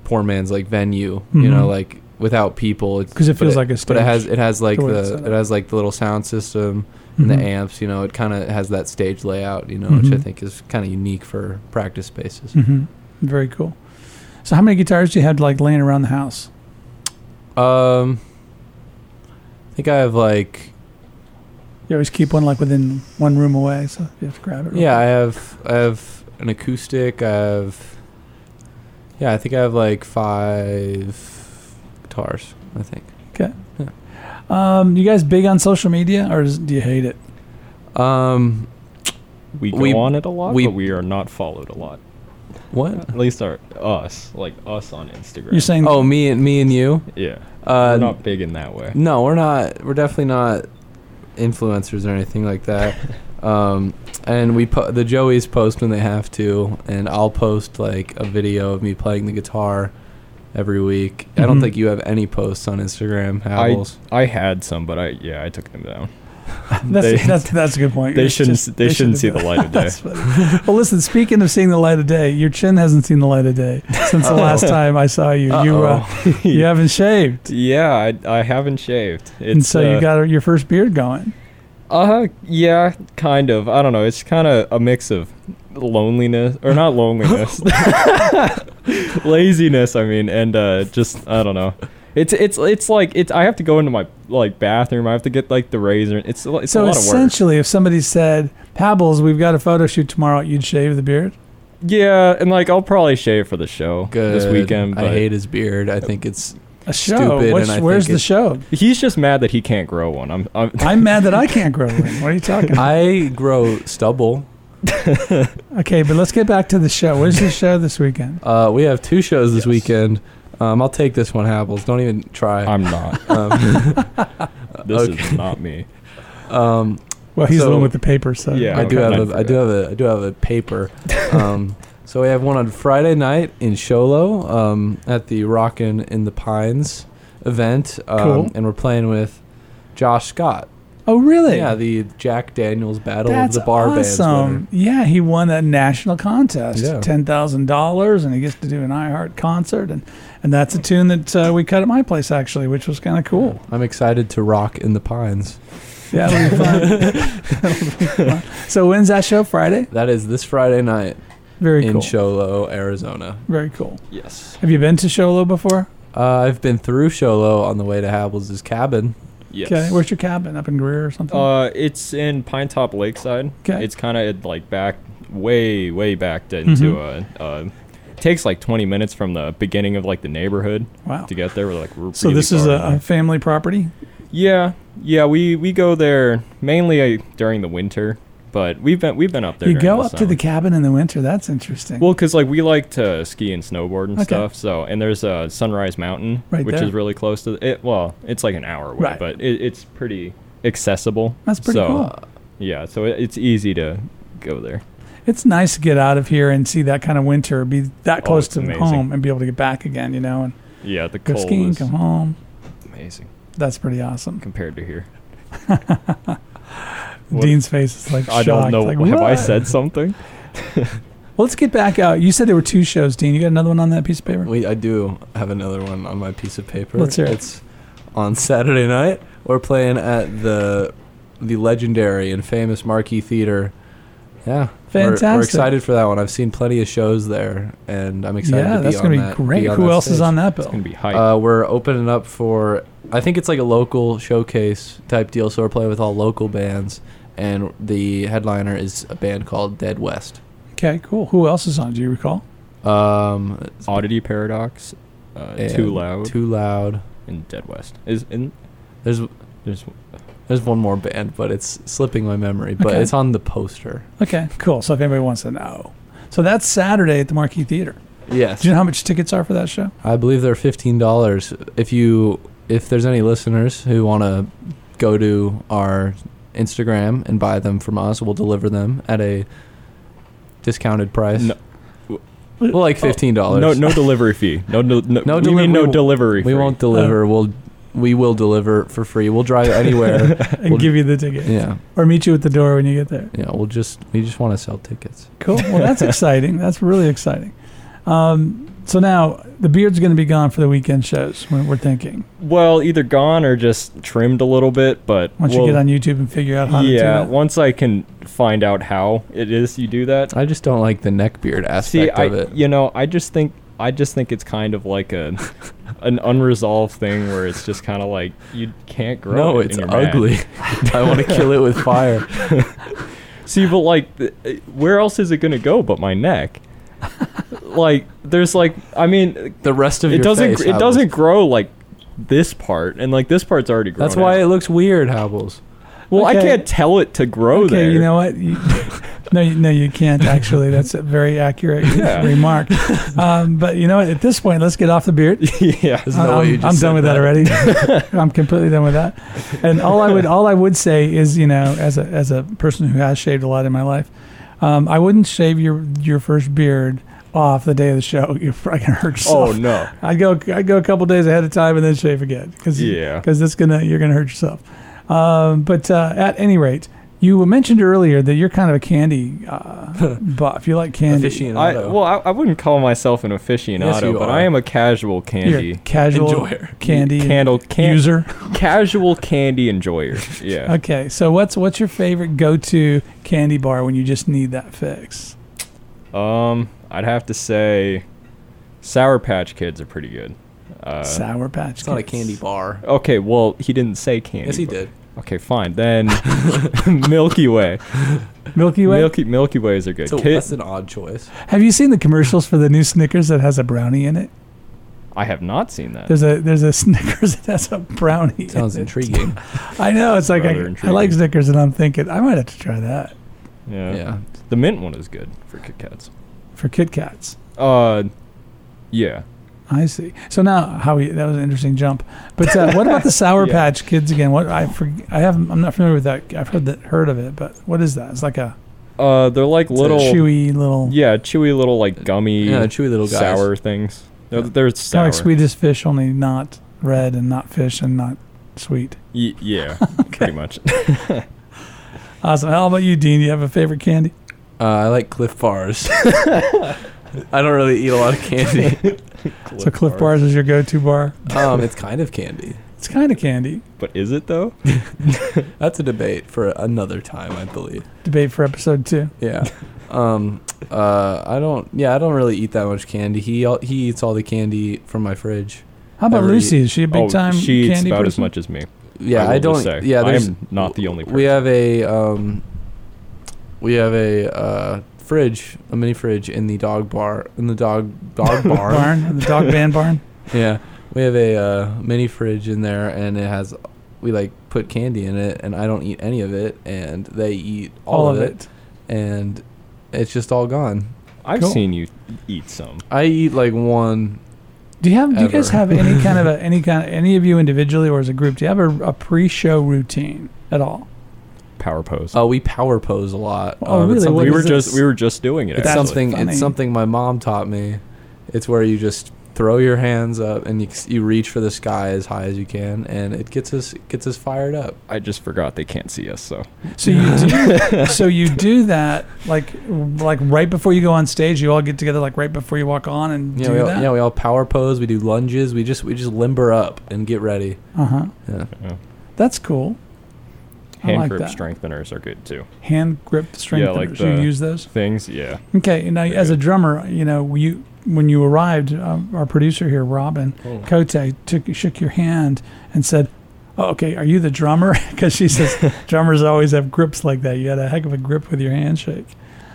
D: poor man's like venue. You know,
B: Mhm.
D: like without people. it's-
B: because it
D: but
B: feels
D: it-
B: like a stage.
D: but it has it has like
B: the way it's
D: the
B: set up.
D: it has like the little sound system and
B: Mhm.
D: the amps you know it kind of has that stage layout you know which
B: Mhm.
D: i think is kind of unique for practice spaces
B: Mhm. Very cool. So, how many guitars do you have like laying around the house?
D: um i think i have like
B: You always keep one like within one room away, so you have to grab it. real
D: yeah i have i have an acoustic i have yeah i think i have like five guitars i think
B: Um, you guys big on social media, or is, do you hate it?
D: um
E: we go
D: we-
E: on it a lot,
D: we-
E: but we are not followed a lot.
D: what
E: At least our us, like us on Instagram.
B: Uh-huh. You're saying
D: oh me and me and you
E: yeah.
D: uh
E: We're not big in that way.
D: No, we're not. We're definitely not influencers or anything like that. um, and we po- the Joeys post when they have to, and I'll post like a video of me playing the guitar every week. I don't
B: Mhm.
D: think you have any posts on Instagram,
E: Mm-hmm. I,
D: Howells.
E: I had some, but I yeah I took them down.
B: that's,
E: they-
B: that's that's a good point.
E: They
B: It's
E: shouldn't
B: just-
E: they, shouldn't see
B: have
E: the
B: done-
E: light of day.
B: That's funny. well, listen. Speaking of seeing the light of day, your chin hasn't seen the light of day since the last time I saw you. You uh, you haven't shaved,
E: yeah, I, I haven't shaved. It's,
B: and so
E: uh,
B: you got your first beard going.
E: Uh, yeah, kind of. I don't know. It's kind of a mix of loneliness, or not loneliness, laziness. I mean, and uh, just I don't know. It's it's it's like it's. I have to go into my like bathroom. I have to get like the razor. It's a- it's
B: so
E: a lot of work.
B: essentially, if somebody said, "Pabbles, we've got a photo shoot tomorrow," you'd shave the beard.
E: Yeah, and like I'll probably shave for the show
D: Good.
E: this weekend. But
D: I hate his beard. I think it's
B: A show.
D: Stupid,
B: Which-
D: and I
B: where's
D: think
B: the
D: it-
B: show?
E: He's just mad that he can't grow one. I'm. I'm
B: I'm mad that I can't grow one. What are you talking? about?
D: I grow stubble.
B: Okay, but let's get back to the show. Where's the show this weekend?
D: Uh, we have two shows this
E: Yes.
D: weekend. Um, I'll take this one, Howells. Don't even try.
E: I'm not.
D: Um,
E: This is
D: Okay.
E: not me.
D: um,
B: Well, he's the
D: So-
B: one with the paper, so
E: Yeah.
D: I do
E: okay.
D: have a,
E: I
D: I do have a I do have a paper. Um, so we have one on Friday night in Sholo um, at the Rockin' in the Pines event, um,
B: Cool.
D: and we're playing with Josh Scott.
B: Oh, really?
D: Yeah, the Jack Daniels Battle
B: That's
D: of the Bar Bands. winner.
B: awesome. Yeah, he won that national contest,
D: Yeah.
B: ten thousand dollars, and he gets to do an iHeart concert, and and that's a tune that uh, we cut at my place actually, which was kind of cool.
D: I'm excited to rock in the Pines.
B: Yeah, it'll be fun. It'll be fun. So when's that show? Friday.
D: That is this Friday night
B: Very
D: in
B: cool.
D: Sholo, Arizona.
B: Very cool.
E: Yes.
B: Have you been to Sholo before?
D: Uh, I've been through Sholo on the way to Habble's cabin.
E: Yes.
B: Okay. Where's your cabin? Up in Greer or something?
E: Uh, it's in Pine Top Lakeside.
B: 'Kay. Mm-hmm.
E: It's kind of like back, way, way back into uh, uh, takes like 20 minutes from the beginning of like the neighborhood
B: Wow.
E: to get there. We're like, we're
B: So
E: really
B: this is
E: far
B: a,
E: away.
B: a family property.
E: yeah, yeah. We we go there mainly uh, during the winter, but we've been we've been up there.
B: You
E: during
B: go up to
E: summer.
B: the cabin in the winter. That's interesting.
E: Well, because like we like to ski and snowboard and
B: Okay.
E: stuff. So and there's uh, Sunrise Mountain,
B: Right
E: which is
B: there.
E: really close to it. Well, it's like an hour away,
B: Right.
E: but it, it's pretty accessible.
B: That's pretty
E: so,
D: uh,
B: cool.
E: Yeah, so it, it's easy to go there.
B: It's nice to get out of here and see that kind of winter, be that
E: Oh,
B: close
E: it's
B: to
E: amazing.
B: home, and be able to get back again. You know, and
E: Yeah, the
B: go
E: cold
B: skiing,
E: is
B: come home.
E: amazing
B: That's pretty awesome.
E: compared to here.
B: Dean's face is like
E: I don't
B: shocked,
E: know.
B: like,
E: have I
B: "What?"
E: said something?
B: Well, let's get back out. You said there were two shows, Dean. You got another one on that piece of paper?
D: We, I do have another one on my piece of paper.
B: Let's hear it.
D: It's on Saturday night. We're playing at the the legendary and famous Marquee Theater. Yeah, we're- We're,
B: Fantastic.
D: excited for that one. I've seen plenty of shows there, and I'm excited.
B: yeah,
D: to be
B: that's
D: on
B: gonna
D: that-
B: be great.
D: on
B: Who
D: that
B: else is
D: stage.
B: on that
E: It's gonna
B: bill?
E: be hype.
D: Uh, we're opening up for I think it's like a local showcase type deal. So we're playing with all local bands, and the headliner is a band called Dead West.
B: Okay, cool. Who else is on? Do you recall?
D: Um,
E: Oddity Paradox, uh,
D: and
E: Too Loud,
D: Too loud.
E: and Dead West is in.
D: There's
E: There's
D: There's one more band, but it's slipping my memory. But
B: Okay.
D: it's on the poster.
B: Okay, cool. So if anybody wants to know, so that's Saturday at the Marquee Theater.
D: Yes,
B: Do you know how much tickets are for that show?
D: I believe they're fifteen dollars. If you, if there's any listeners who want to go to our Instagram and buy them from us, we'll deliver them at a discounted price.
E: No. Oh.
D: Well, like fifteen dollars.
E: no no delivery fee. No no no.
D: No
E: we
D: delivery-
E: mean no
D: we-
E: delivery.
D: we
E: fee.
D: won't deliver.
B: Oh.
D: We'll, we will deliver for free. We'll drive anywhere.
B: And
D: Well,
B: give you the ticket,
D: yeah,
B: or meet you at the door when you get there.
D: yeah. We'll just, we just want to sell tickets.
B: Cool. Well, that's exciting. That's really exciting. Um, so now the beard's going to be gone for the weekend shows. We're, we're thinking
E: Well, either gone or just trimmed a little bit, but
B: once
E: we'll-
B: you get on YouTube and figure out how to do
E: yeah,
B: that.
E: once I can find out how it is you do that.
D: I just don't like the neck beard aspect
E: See, I
D: of it.
E: you know, I just think I just think it's kind of like a an unresolved thing where it's just kind of like you can't grow.
D: No,
E: it and
D: it's
E: you're mad.
D: ugly. I want to kill it with fire.
E: See, but like, th- uh, where else is it gonna go but my neck? like, there's like, I mean,
D: The rest of
E: it
D: your
E: doesn't
D: face,
E: it
D: Hobbles.
E: doesn't grow like this part, and like this part's already grown.
D: That's why
E: out.
D: it looks weird, Hobbles.
E: well, I
B: Okay.
E: can't tell it to grow
B: okay,
E: there.
B: you know what? You, no, you, no, you can't actually. That's a very accurate
E: Yeah.
B: remark. Um, but you know what? At this point, let's get off the beard.
E: yeah.
D: There's
B: I'm,
D: no way you
B: I'm
D: just said
B: done with that, already. I'm completely done with that. And all I would all I would say is, you know, as a as a person who has shaved a lot in my life, um, I wouldn't shave your your first beard off the day of the show. You fucking hurt
E: Oh
B: yourself.
E: no.
B: I go I go a couple days ahead of time and then shave again because
E: Yeah.
B: because that's gonna you're gonna hurt yourself. Um, but uh, at any rate, you mentioned earlier that you're kind of a candy uh, buff. You like candy.
D: Aficionado.
E: I, well, I, I wouldn't call myself an aficionado,
D: Yes, you are.
E: but I am a casual
B: You're a
E: candy
B: casual
D: Enjoyer.
B: candy
E: candle can,
B: user.
E: casual candy enjoyer. Yeah.
B: Okay, so what's what's your favorite go-to candy bar when you just need that fix?
E: Um, I'd have to say, Sour Patch Kids are pretty good. Uh,
B: Sour Patch.
D: it's not a
B: Kids.
D: candy bar.
E: okay, well, he didn't say candy.
D: Yes, he
E: but-
D: did.
E: Okay, fine. Then Milky Way.
B: Milky Way.
E: Milky Milky Ways are good.
D: So
E: Kid,
D: that's an odd choice.
B: Have you seen the commercials for the new Snickers that has a brownie in it?
E: I have not seen that.
B: There's a there's a Snickers that has a brownie.
D: Sounds
B: in it.
D: intriguing.
B: I know. It's like
E: Rather
B: I, I
E: intriguing.
B: like Snickers, and I'm thinking I might have to try that
E: yeah.
D: yeah.
E: The mint one is good for Kit Kats.
B: for Kit Kats.
E: Uh, yeah.
B: I see. So now, Howie, that was an interesting jump. But uh, what about the Sour
E: Yeah.
B: Patch Kids again? What I for, I haven't I'm not familiar with that. I've heard that heard of it, but what is that? It's like a
E: Uh, they're like little
B: chewy little.
E: Yeah, chewy little like gummy,
D: Yeah, chewy little guys.
E: sour things. They're, they're
B: Kind
E: sour.
B: of like Swedish fish, only not red and not fish and not sweet.
E: Y- yeah, pretty much.
B: Awesome. How about you, Dean? Do you have a favorite candy?
D: Uh, I like Cliff Bars. I don't really eat a lot of candy.
B: so Cliff Bars is your go-to bar.
D: Um, it's kind of candy.
B: It's kind of candy.
E: But is it though?
D: That's a debate for another time, I believe.
B: Debate for episode two.
D: Yeah. Um. Uh. I don't. Yeah. I don't really eat that much candy. He. al- He eats all the candy from my fridge.
B: How about
D: Every-
B: Lucy? Is she a big
E: oh,
B: time
E: she eats
B: candy
E: about as
B: person?
E: much as me.
D: Yeah.
E: will
D: I,
E: just
D: don't.
E: say.
D: Yeah.
E: I
D: There's.
E: am not the only person.
D: We have a um, we have a uh, fridge, a mini fridge in the dog bar, in the dog dog barn.
B: barn, the dog band barn.
D: Yeah, we have a uh, mini fridge in there, and it has we like put candy in it, and I don't eat any of it, and they eat all, of, it, and it's just all gone.
E: I've
B: Cool.
E: seen you eat some.
D: I eat like one.
B: Do you have? Do you guys
D: Ever.
B: have any kind of a, any kind? any of you individually or as a group? Do you have a, a pre-show routine at all?
E: Power pose.
D: Oh, we power pose a lot. um,
B: Oh, really?
D: It's something,
B: What
E: we
B: is
E: were just
B: this?
E: we were just doing it.
D: it's
E: actually.
D: something.
B: funny.
D: It's something my mom taught me. It's where you just throw your hands up and you, you reach for the sky as high as you can, and it gets us gets us fired up.
E: I just forgot they can't see us, so
B: So you do, so you do that like like right before you go on stage. You all get together like right before you walk on and
D: Yeah,
B: do
D: we all,
B: that.
D: yeah, we all power pose. We do lunges. We just we just limber up and get ready.
B: Uh huh.
D: Yeah.
B: That's cool. I
E: hand
B: like
E: grip
B: that.
E: strengtheners are good too.
B: Hand grip strength.
E: like
B: you
E: the-
B: use those.
E: Things, yeah.
B: Okay, and now as a drummer, you know, you when you arrived, um, our producer here, Robin Kote, took shook your hand and said, oh, "Okay, are you the drummer?" Because she says drummers always have grips like that. You had a heck of a grip with your handshake.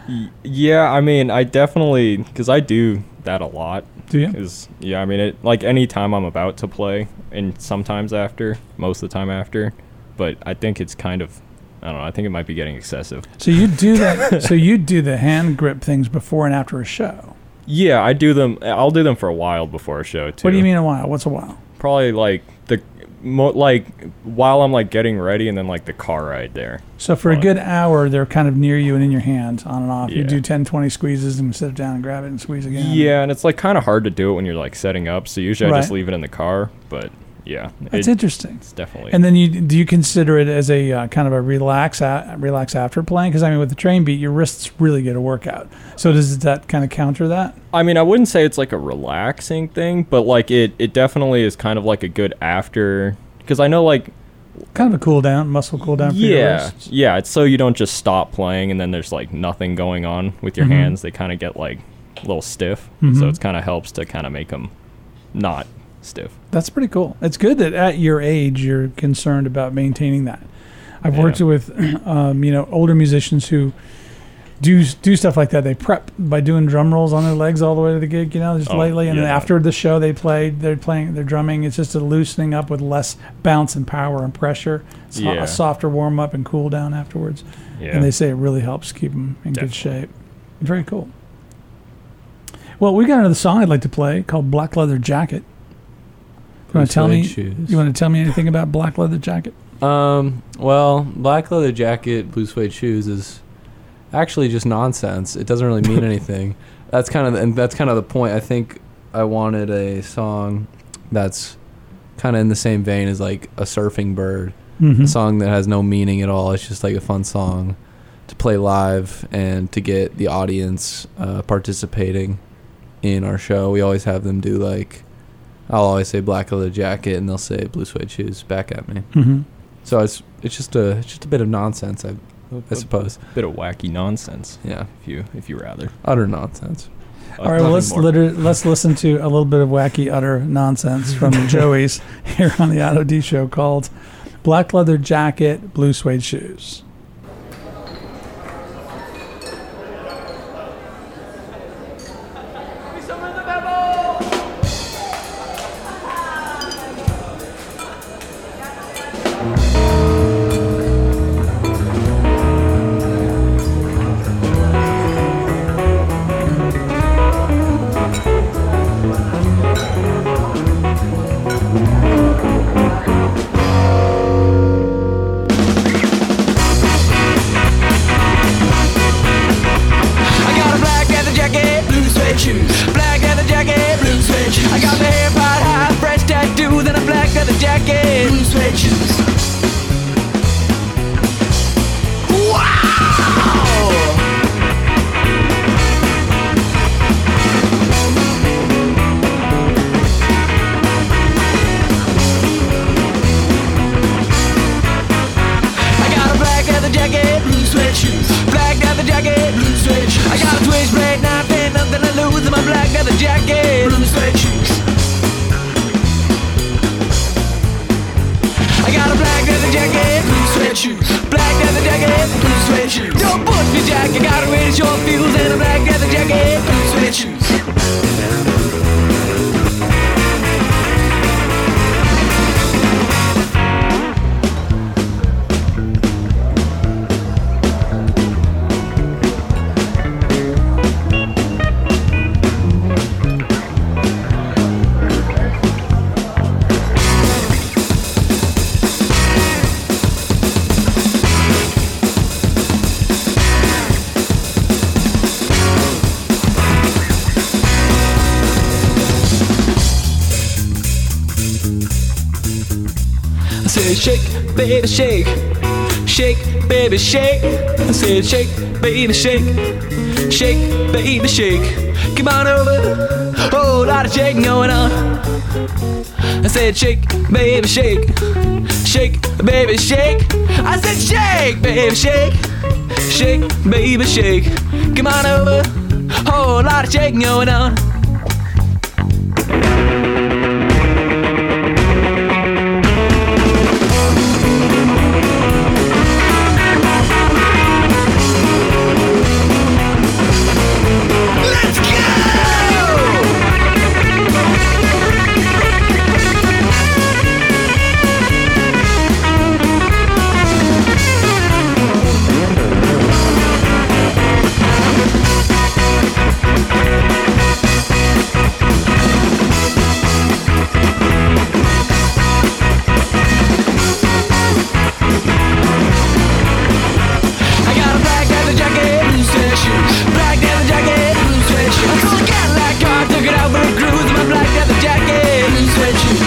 E: Y- Yeah, I mean, I definitely because I do that a lot.
B: Do you?
E: Because yeah, I mean, it like any time I'm about to play, and sometimes after, most of the time after, but I think it's kind of, I don't know. I think it might be getting excessive.
B: So you do that. so you do the hand grip things before and after a show.
E: Yeah, I do them. I'll do them for a while before a show too.
B: What do you mean a while? What's a while?
E: Probably like the, mo- like while I'm like getting ready, and then like the car ride there.
B: So for a good hour, they're kind of near you and in your hand, on and off. You
E: Yeah.
B: do 10, 20 squeezes and sit down and grab it and squeeze again.
E: Yeah, and it's like kind of hard to do it when you're like setting up. So usually I just
B: Right.
E: leave it in the car. But yeah,
B: that's
E: it-
B: interesting.
E: It's definitely.
B: And then you do you consider it as a uh, kind of a relax a, relax after playing? Because I mean, with the train beat, your wrists really get a workout. So does that kind of counter that?
E: I mean, I wouldn't say it's like a relaxing thing, but like it, it definitely is kind of like a good after because I know like
B: Kind of a cool down, muscle cool down. For your
E: yeah,
B: wrists.
E: yeah. It's so you don't just stop playing and then there's like nothing going on with
B: Mm-hmm.
E: your hands. They kind of get like a little stiff, so it's kind of helps to kind of make them not stiff.
B: That's pretty cool. It's good that at your age you're concerned about maintaining that. I've worked
E: Yeah.
B: with, um, you know, older musicians who do do stuff like that. They prep by doing drum rolls on their legs all the way to the gig, you know, just
E: Oh,
B: lightly. And then
E: yeah.
B: after the show, they play. They're playing. They're drumming. It's just a loosening up with less bounce and power and pressure. So
E: Yeah.
B: A softer warm up and cool down afterwards.
E: Yeah,
B: And they say it really helps keep them in good
E: Definitely.
B: shape. Very cool. Well, we got another song I'd like to play called Black Leather Jacket. You want
D: Blue
B: to tell me?
D: suede shoes.
B: You want to tell me anything about Black Leather Jacket?
D: Um, well, black leather jacket, blue suede shoes is actually just nonsense. It doesn't really mean anything. That's kind of and that's kind of the point. I think I wanted a song that's kind of in the same vein as like a surfing bird,
B: Hmm.
D: a song that has no meaning at all. It's just like a fun song to play live and to get the audience uh, participating in our show. We always have them do like I'll always say black leather jacket and they'll say blue suede shoes back at me.
B: Mm-hmm.
D: So it's it's just a it's just a bit of nonsense, I I suppose.
E: bit of wacky nonsense
D: Yeah,
E: if you if you rather. Uh,
D: utter nonsense.
B: All right. Well, let's
E: literally.
B: liter- let's listen to a little bit of wacky utter nonsense from the Joey's here on the Auto D Show called Black Leather Jacket, Blue Suede Shoes.
F: Black
C: said, shake, baby, shake. Shake, baby, shake. I said, shake, baby, shake. Shake, baby, shake. Come on over. Whole lot of shaking going on. I said, shake, baby, shake. Shake, baby, shake. I said, shake, baby, shake. Shake, baby, shake. Come on over. Whole lot of shaking uh. going on. Let's go! I got a black leather jacket, blue sweater shoes. Black leather jacket, blue sweater shoes. I stole a Cadillac car, took it out for a cruise in my black leather jacket, blue sweater shoes.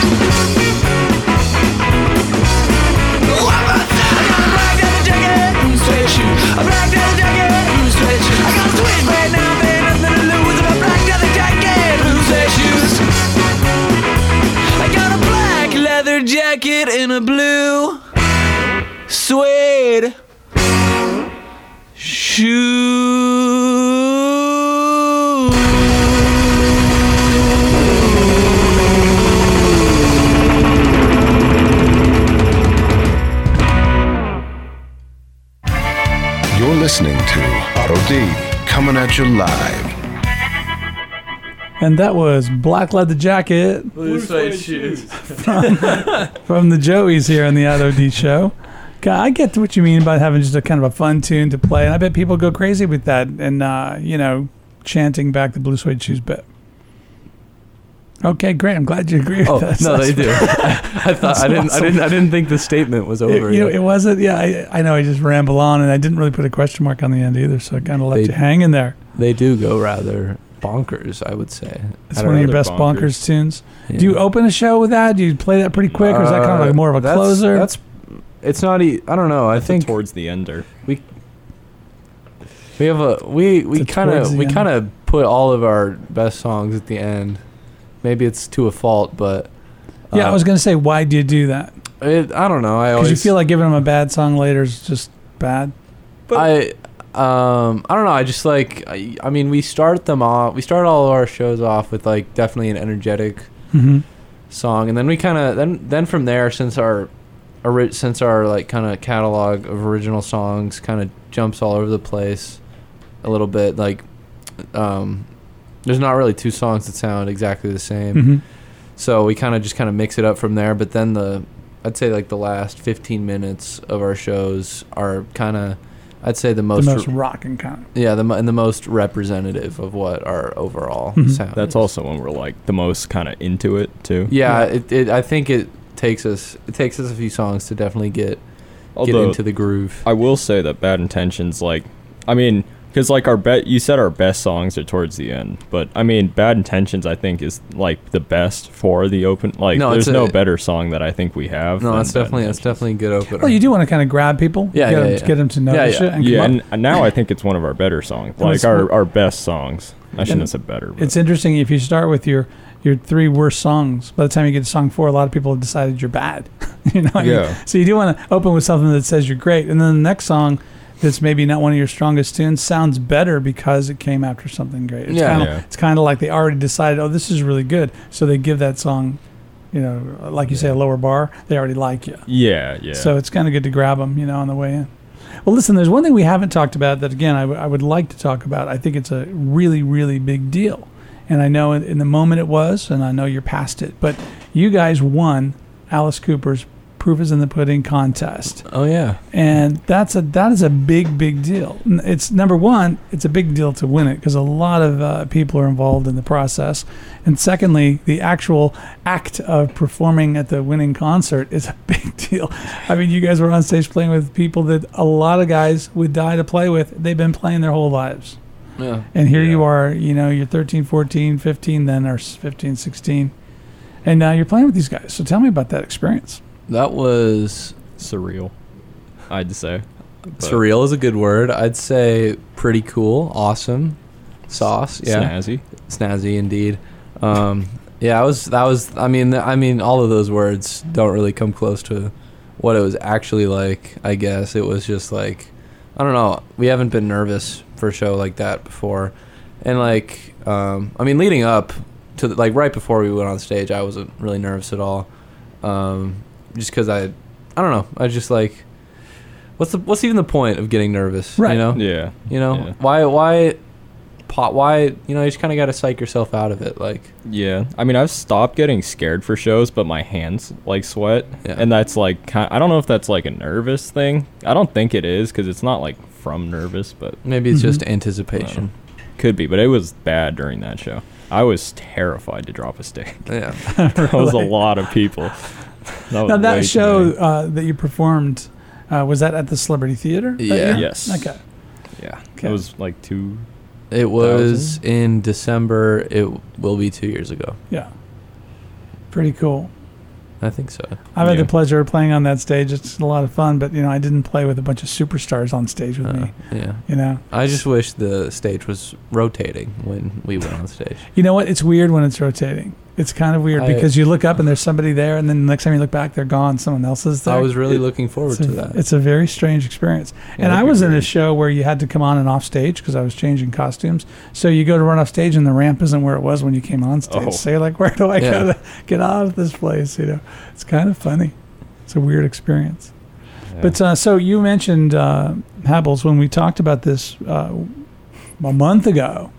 C: One more time. I got a black leather jacket, blue sweater shoes. A black leather jacket, blue sweater shoes. I got a twin right now, man, nothing to lose. in My black leather jacket, blue sweater shoes. I got a black leather jacket and a blue suede shoes.
A: You're listening to Auto D coming at you live.
B: And that was Black Leather Jacket
D: Blue suede shoes.
B: from the Joeys here on the Auto D Show. God, I get what you mean about having just a kind of a fun tune to play, and I bet people go crazy with that and uh, you know chanting back the blue suede shoes bit. Okay, great. I'm glad you agree with
D: Oh
B: us.
D: no,
B: That's-
D: they do. I, I thought I didn't. I didn't. I didn't think the statement was
B: It,
D: over.
B: you know,
D: yet.
B: it wasn't. Yeah, I, I know. I just ramble on, and I didn't really put a question mark on the end either, so I kind of left
D: They-
B: you hanging there.
D: they do go rather bonkers. I would say.
B: It's one of your best bonkers, tunes.
D: Yeah.
B: Do you open a show with that? Do you play that pretty quick, or is that kind of
D: Uh,
B: like more of a
D: that's-
B: closer?
D: That's. It's not. E- I don't know. I
E: That's a
D: think
E: towards the ender.
D: we have a we we
B: It's a
D: kind
B: towards
D: of
B: the
D: we
B: end.
D: kind of put all of our best songs at the end. Maybe it's to a fault, but
B: yeah.
D: uh,
B: I was gonna say, why do you do that?
D: It, I don't know. I
B: Because
D: always
B: you feel like giving them a bad song later is just bad.
D: I um I don't know. I just like I, I mean we start them off. We start all of our shows off with like definitely an energetic
B: Mm-hmm.
D: song, and then we kind of then then from there since our ori- since our like kind of catalog of original songs kind of jumps all over the place a little bit like um there's not really two songs that sound exactly the same
B: Mm-hmm.
D: so we kind of just kind of mix it up from there but then the i'd say like the last 15 minutes of our shows are kind of i'd say the most,
B: the most rocking kind.
D: yeah the mo- and the most representative of what our overall
B: Mhm.
D: sound
E: That's
D: is.
E: also when we're like the most kind of into it too.
D: Oh, yeah it, it, i think it takes us it takes us a few songs to definitely get get
E: Although
D: into the groove
E: I will say that bad intentions, like, I mean, because like our bet, you said our best songs are towards the end, but I mean, bad intentions, I think is like the best for the open. Like,
D: No, it's
E: there's no
D: a-
E: better song that I think we have.
D: no
E: than
D: that's
E: Bad
D: definitely that's
E: Intentions.
D: definitely a good opener
B: Well, you do want to kind of grab people, get,
D: Yeah, yeah,
B: them,
D: yeah.
B: get them to notice
D: yeah.
B: it. And
E: yeah,
B: come up.
E: and, and now I think it's one of our better songs.
B: was-
E: Like our, our best songs. I shouldn't have said better. But.
B: it's interesting if you start with your your three worst songs. By the time you get to song four, a lot of people have decided you're bad. you know, what I mean?
E: Yeah.
B: so you do want to open with something that says you're great, and then the next song that's maybe not one of your strongest tunes sounds better because it came after something great. It's
D: Yeah.
B: kinda,
E: Yeah.
B: it's kind of like they already decided, oh, this is really good, so they give that song, you know, like you say, a lower bar. They already like you.
E: yeah, yeah.
B: So it's kind of good to grab them, you know, on the way in. Well, listen, there's one thing we haven't talked about that, again, I, w- I would like to talk about. I think it's a really, really big deal. And I know in, in the moment it was, and I know you're past it, but you guys won Alice Cooper's Proof is in the Pudding contest.
D: oh yeah
B: And that's a that is a big big deal. N- It's number one, it's a big deal to win it because a lot of uh, people are involved in the process, and secondly, the actual act of performing at the winning concert is a big deal. I mean, you guys were on stage playing with people that a lot of guys would die to play with. They've been playing their whole lives,
D: yeah
B: and here you are. You know, you're 13, 14, 15, then or s- 15, 16, and now you're playing with these guys. So tell me about that experience.
D: that was
E: Surreal, I'd say. But
D: surreal is a good word. I'd say pretty cool, awesome, sauce. Yeah,
E: Snazzy.
D: snazzy indeed. Um, yeah, I was. That was. I mean, I mean, all of those words don't really come close to what it was actually like. I guess it was just like, I don't know. We haven't been nervous for a show like that before, and like, um, I mean, leading up to the, like right before we went on stage, I wasn't really nervous at all, um, just because I, I don't know. I just like. What's the what's even the point of getting nervous?
B: Right.
D: You know?
E: Yeah.
D: You know
E: Yeah.
D: why? Why? Pot? Why? You know, you just kind of got to psych yourself out of it. Like,
E: Yeah, I mean, I've stopped getting scared for shows, but my hands like sweat,
D: Yeah.
E: and that's like ki I don't know if that's like a nervous thing. I don't think it is because it's not like from nervous, but
D: maybe it's just
E: Mm-hmm.
D: anticipation.
E: could be. But it was bad during that show. I was terrified to drop a stick.
D: Yeah.
E: That was a lot of people. was
B: Now
E: Oh, way
B: that
E: too
B: show
E: many.
B: uh, that you performed uh, was that at the Celebrity Theater? that
D: Yeah.
B: year?
E: Yes.
B: Okay.
E: yeah,
B: okay.
E: it was like two.
D: It was in December. It will be two years ago.
B: Yeah. Pretty cool.
D: I think so.
B: I've had
E: Yeah.
B: the pleasure of playing on that stage. It's a lot of fun, but you know, I didn't play with a bunch of superstars on stage with
D: Uh,
B: me.
D: yeah.
B: You know,
D: I just wish the stage was rotating when we went on stage.
B: you know what? It's weird when it's rotating. It's kind of weird
D: I- uh-huh.
B: because you look up and there's somebody there, and then the next time you look back, they're gone. Someone else is there.
D: I was really
B: It-
D: looking forward
B: it's a,
D: to that.
B: It's a very strange experience.
D: Yeah,
B: and
D: that'd
B: I
D: be
B: was in a
D: great.
B: show where you had to come on and off stage because I was changing costumes. So you go to run off stage and the ramp isn't where it was when you came on stage.
E: Oh.
B: So you're like, where do I go
D: Yeah.
B: to get out of this place? You know, it's kind of funny. It's a weird experience. But uh, so you mentioned uh, Habbles when we talked about this uh, a month ago,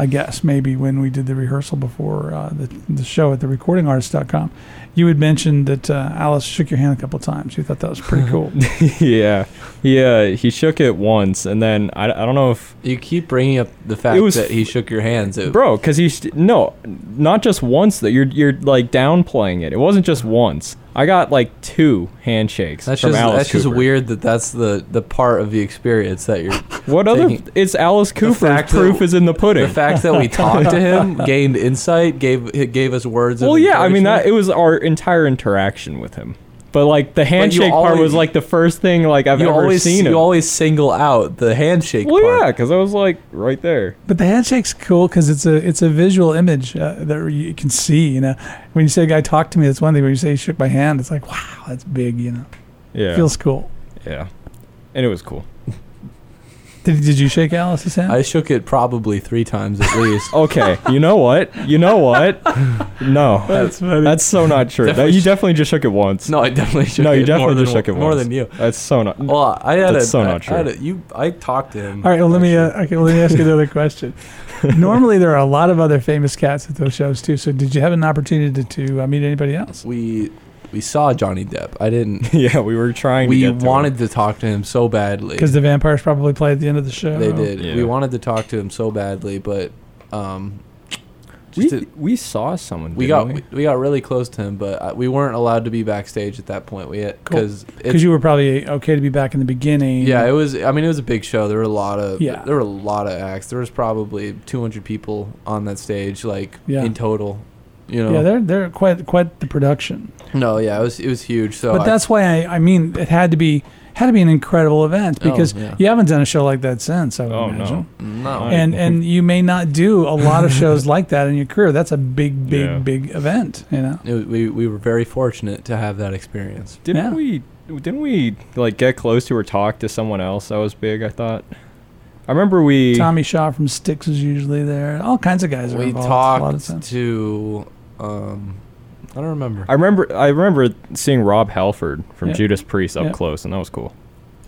B: I guess maybe when we did the rehearsal before uh, the the show at the recordingartist.com. You had mentioned that uh, Alice shook your hand a couple times. You thought that was pretty cool.
E: yeah, yeah, he shook it once, and then I, I don't know if
D: You keep bringing up the fact
E: It was-
D: that he shook your hands. It,
E: bro because he sh- no not just once that you're you're like downplaying it it wasn't just once i got like two handshakes
D: that's
E: from
D: just
E: alice
D: that's just
E: Cooper.
D: weird that that's the the part of the experience that you're
E: what other
D: Taking-
E: it's alice cooper
D: fact that-
E: proof is in the pudding
D: The fact that we talked to him, gained insight, gave it gave us words. of
E: well yeah i mean that it
D: encouragement.
E: was our entire interaction with him but like the handshake part
D: always-
E: was like the first thing like i've
D: you
E: ever
D: always
E: seen
D: you
E: him
D: always single out the handshake
E: well
D: part.
E: yeah because i was like right there
B: But the handshake's cool because it's a it's a visual image uh, that you can see. You know, when you say a guy talked to me, that's one thing. When you say he shook my hand, it's like wow, that's big. You know,
E: yeah
B: feels cool.
E: yeah and it was cool
B: Did, did you shake Alice's hand?
D: I shook it probably three times at least.
E: okay you know what you know what no
B: that's funny.
E: that's so not true That- you definitely just shook it once
D: no, I definitely shook
E: no,
D: it. more
E: you definitely
D: than,
E: just shook it
D: more
E: once.
D: than you.
E: That's so not.
D: Well, I had
E: That's
D: a,
E: so not
D: I- I had
E: true.
D: a- you, I talked to him.
B: All right, well, let me, uh, okay, let me ask you the other question. Normally, there are a lot of other famous cats at those shows, too. So, did you have an opportunity to, to uh, meet anybody else?
D: we we saw Johnny Depp. I didn't.
E: yeah, we were trying.
D: We
E: to get to
D: wanted to talk to him so badly.
B: Because the vampires probably play at the end of the show.
D: they did.
E: Yeah.
D: We wanted to talk to him so badly, but um,
E: it.
D: just
E: We,
D: to-
E: we saw someone.
D: we got
E: didn't
D: we? got really close to him, but uh, we weren't allowed to be backstage at that point. We
B: Cool.
D: because
B: Because you were probably okay to be back in the beginning.
D: Yeah, it was. I mean, it was a big show. There were a lot of.
B: Yeah.
D: There were a lot of acts. There was probably 200 people on that stage, like
B: Yeah.
D: in total. You know.
B: Yeah, they're, they're quite quite the production.
D: no. Yeah. It was. It was huge. So.
B: But
D: Oh, I-
B: that's why I, I mean, it had to be had to be an incredible event
D: Oh,
B: because
D: yeah.
B: you haven't done a show like that since, I would
E: Oh, no.
B: imagine.
D: no.
E: Right.
B: And, and you may not do a lot of shows like that in your career. That's a big, big,
E: Yeah.
B: big event, you know?
D: It was- we we were very fortunate to have that experience.
E: Didn't
B: yeah.
E: we? Didn't we like get close to or talk to someone else that was big? I thought. I remember we.
B: Tommy Shaw from Styx is usually there. All kinds of guys are
D: We
B: involved. a lot of
D: talked
B: times.
D: to. Um, I don't remember.
E: I remember. I remember seeing Rob Halford from
B: Yeah.
E: Judas Priest up
B: Yeah.
E: close, and that was cool.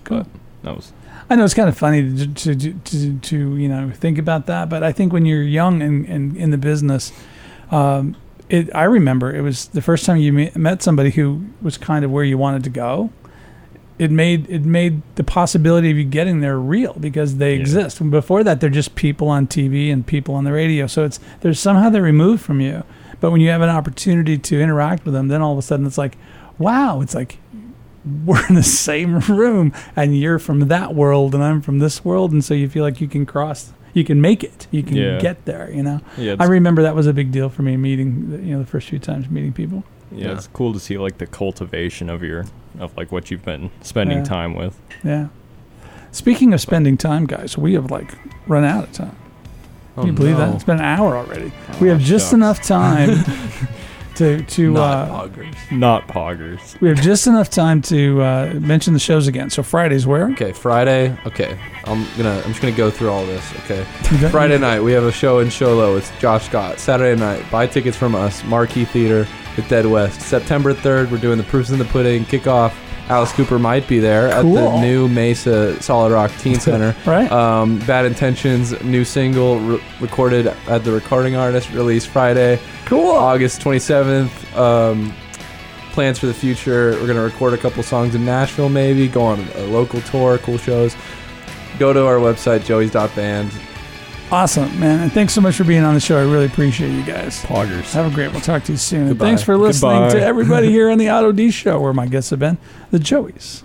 B: Cool.
E: That was.
B: I know it's kind of funny to, to, to, to, to you know think about that, but I think when you're young and, and in the business, um, it I remember it was the first time you me- met somebody who was kind of where you wanted to go. It made it made the possibility of you getting there real because they
E: Yeah.
B: exist. And before that, they're just people on TV and people on the radio. So it's they're somehow they're removed from you. But when you have an opportunity to interact with them, then all of a sudden it's like, wow, it's like we're in the same room and you're from that world and I'm from this world and so you feel like you can cross you can make it you can
E: Yeah.
B: get there you know
E: Yeah.
B: I
E: it's-
B: remember that was a big deal for me meeting you know the first few times meeting people
E: yeah,
D: Yeah.
E: it's cool to see like the cultivation of your of like what you've been spending
B: Yeah.
E: time with.
B: Yeah. Speaking of spending time, guys, we have like run out of time.
D: Oh,
B: Can you believe that? It's been an hour already. we have just
E: Oh, shucks.
B: enough time to to
D: Not
B: uh,
D: poggers.
E: Not poggers.
B: we have just enough time to uh, mention the shows again. So Fridays where?
D: Okay, Friday. Okay, I'm gonna. I'm just gonna go through all this. Okay,
B: You got-
D: Friday night we have a show in Sholo with Josh Scott. Saturday night, buy tickets from us, Marquee Theater with Dead West. September 3rd, we're doing the Proofs in the Pudding kickoff. Alice Cooper might be there at
B: Cool.
D: the new Mesa Solid Rock Teen Center.
B: Right.
D: Um, Bad Intentions new single re- recorded at the Recording Artist released Friday.
B: cool.
D: August 27th. Um, plans for the future. We're gonna record a couple songs in Nashville, maybe go on a local tour, cool shows. Go to our website, joeys.band.
B: Awesome, man. And thanks so much for being on the show. I really appreciate you guys.
E: Poggers.
B: Have a great. We'll talk to you soon. And
D: Goodbye.
B: Thanks for listening
E: Goodbye.
B: to everybody here on the Auto D Show, where my guests have been the Joeys.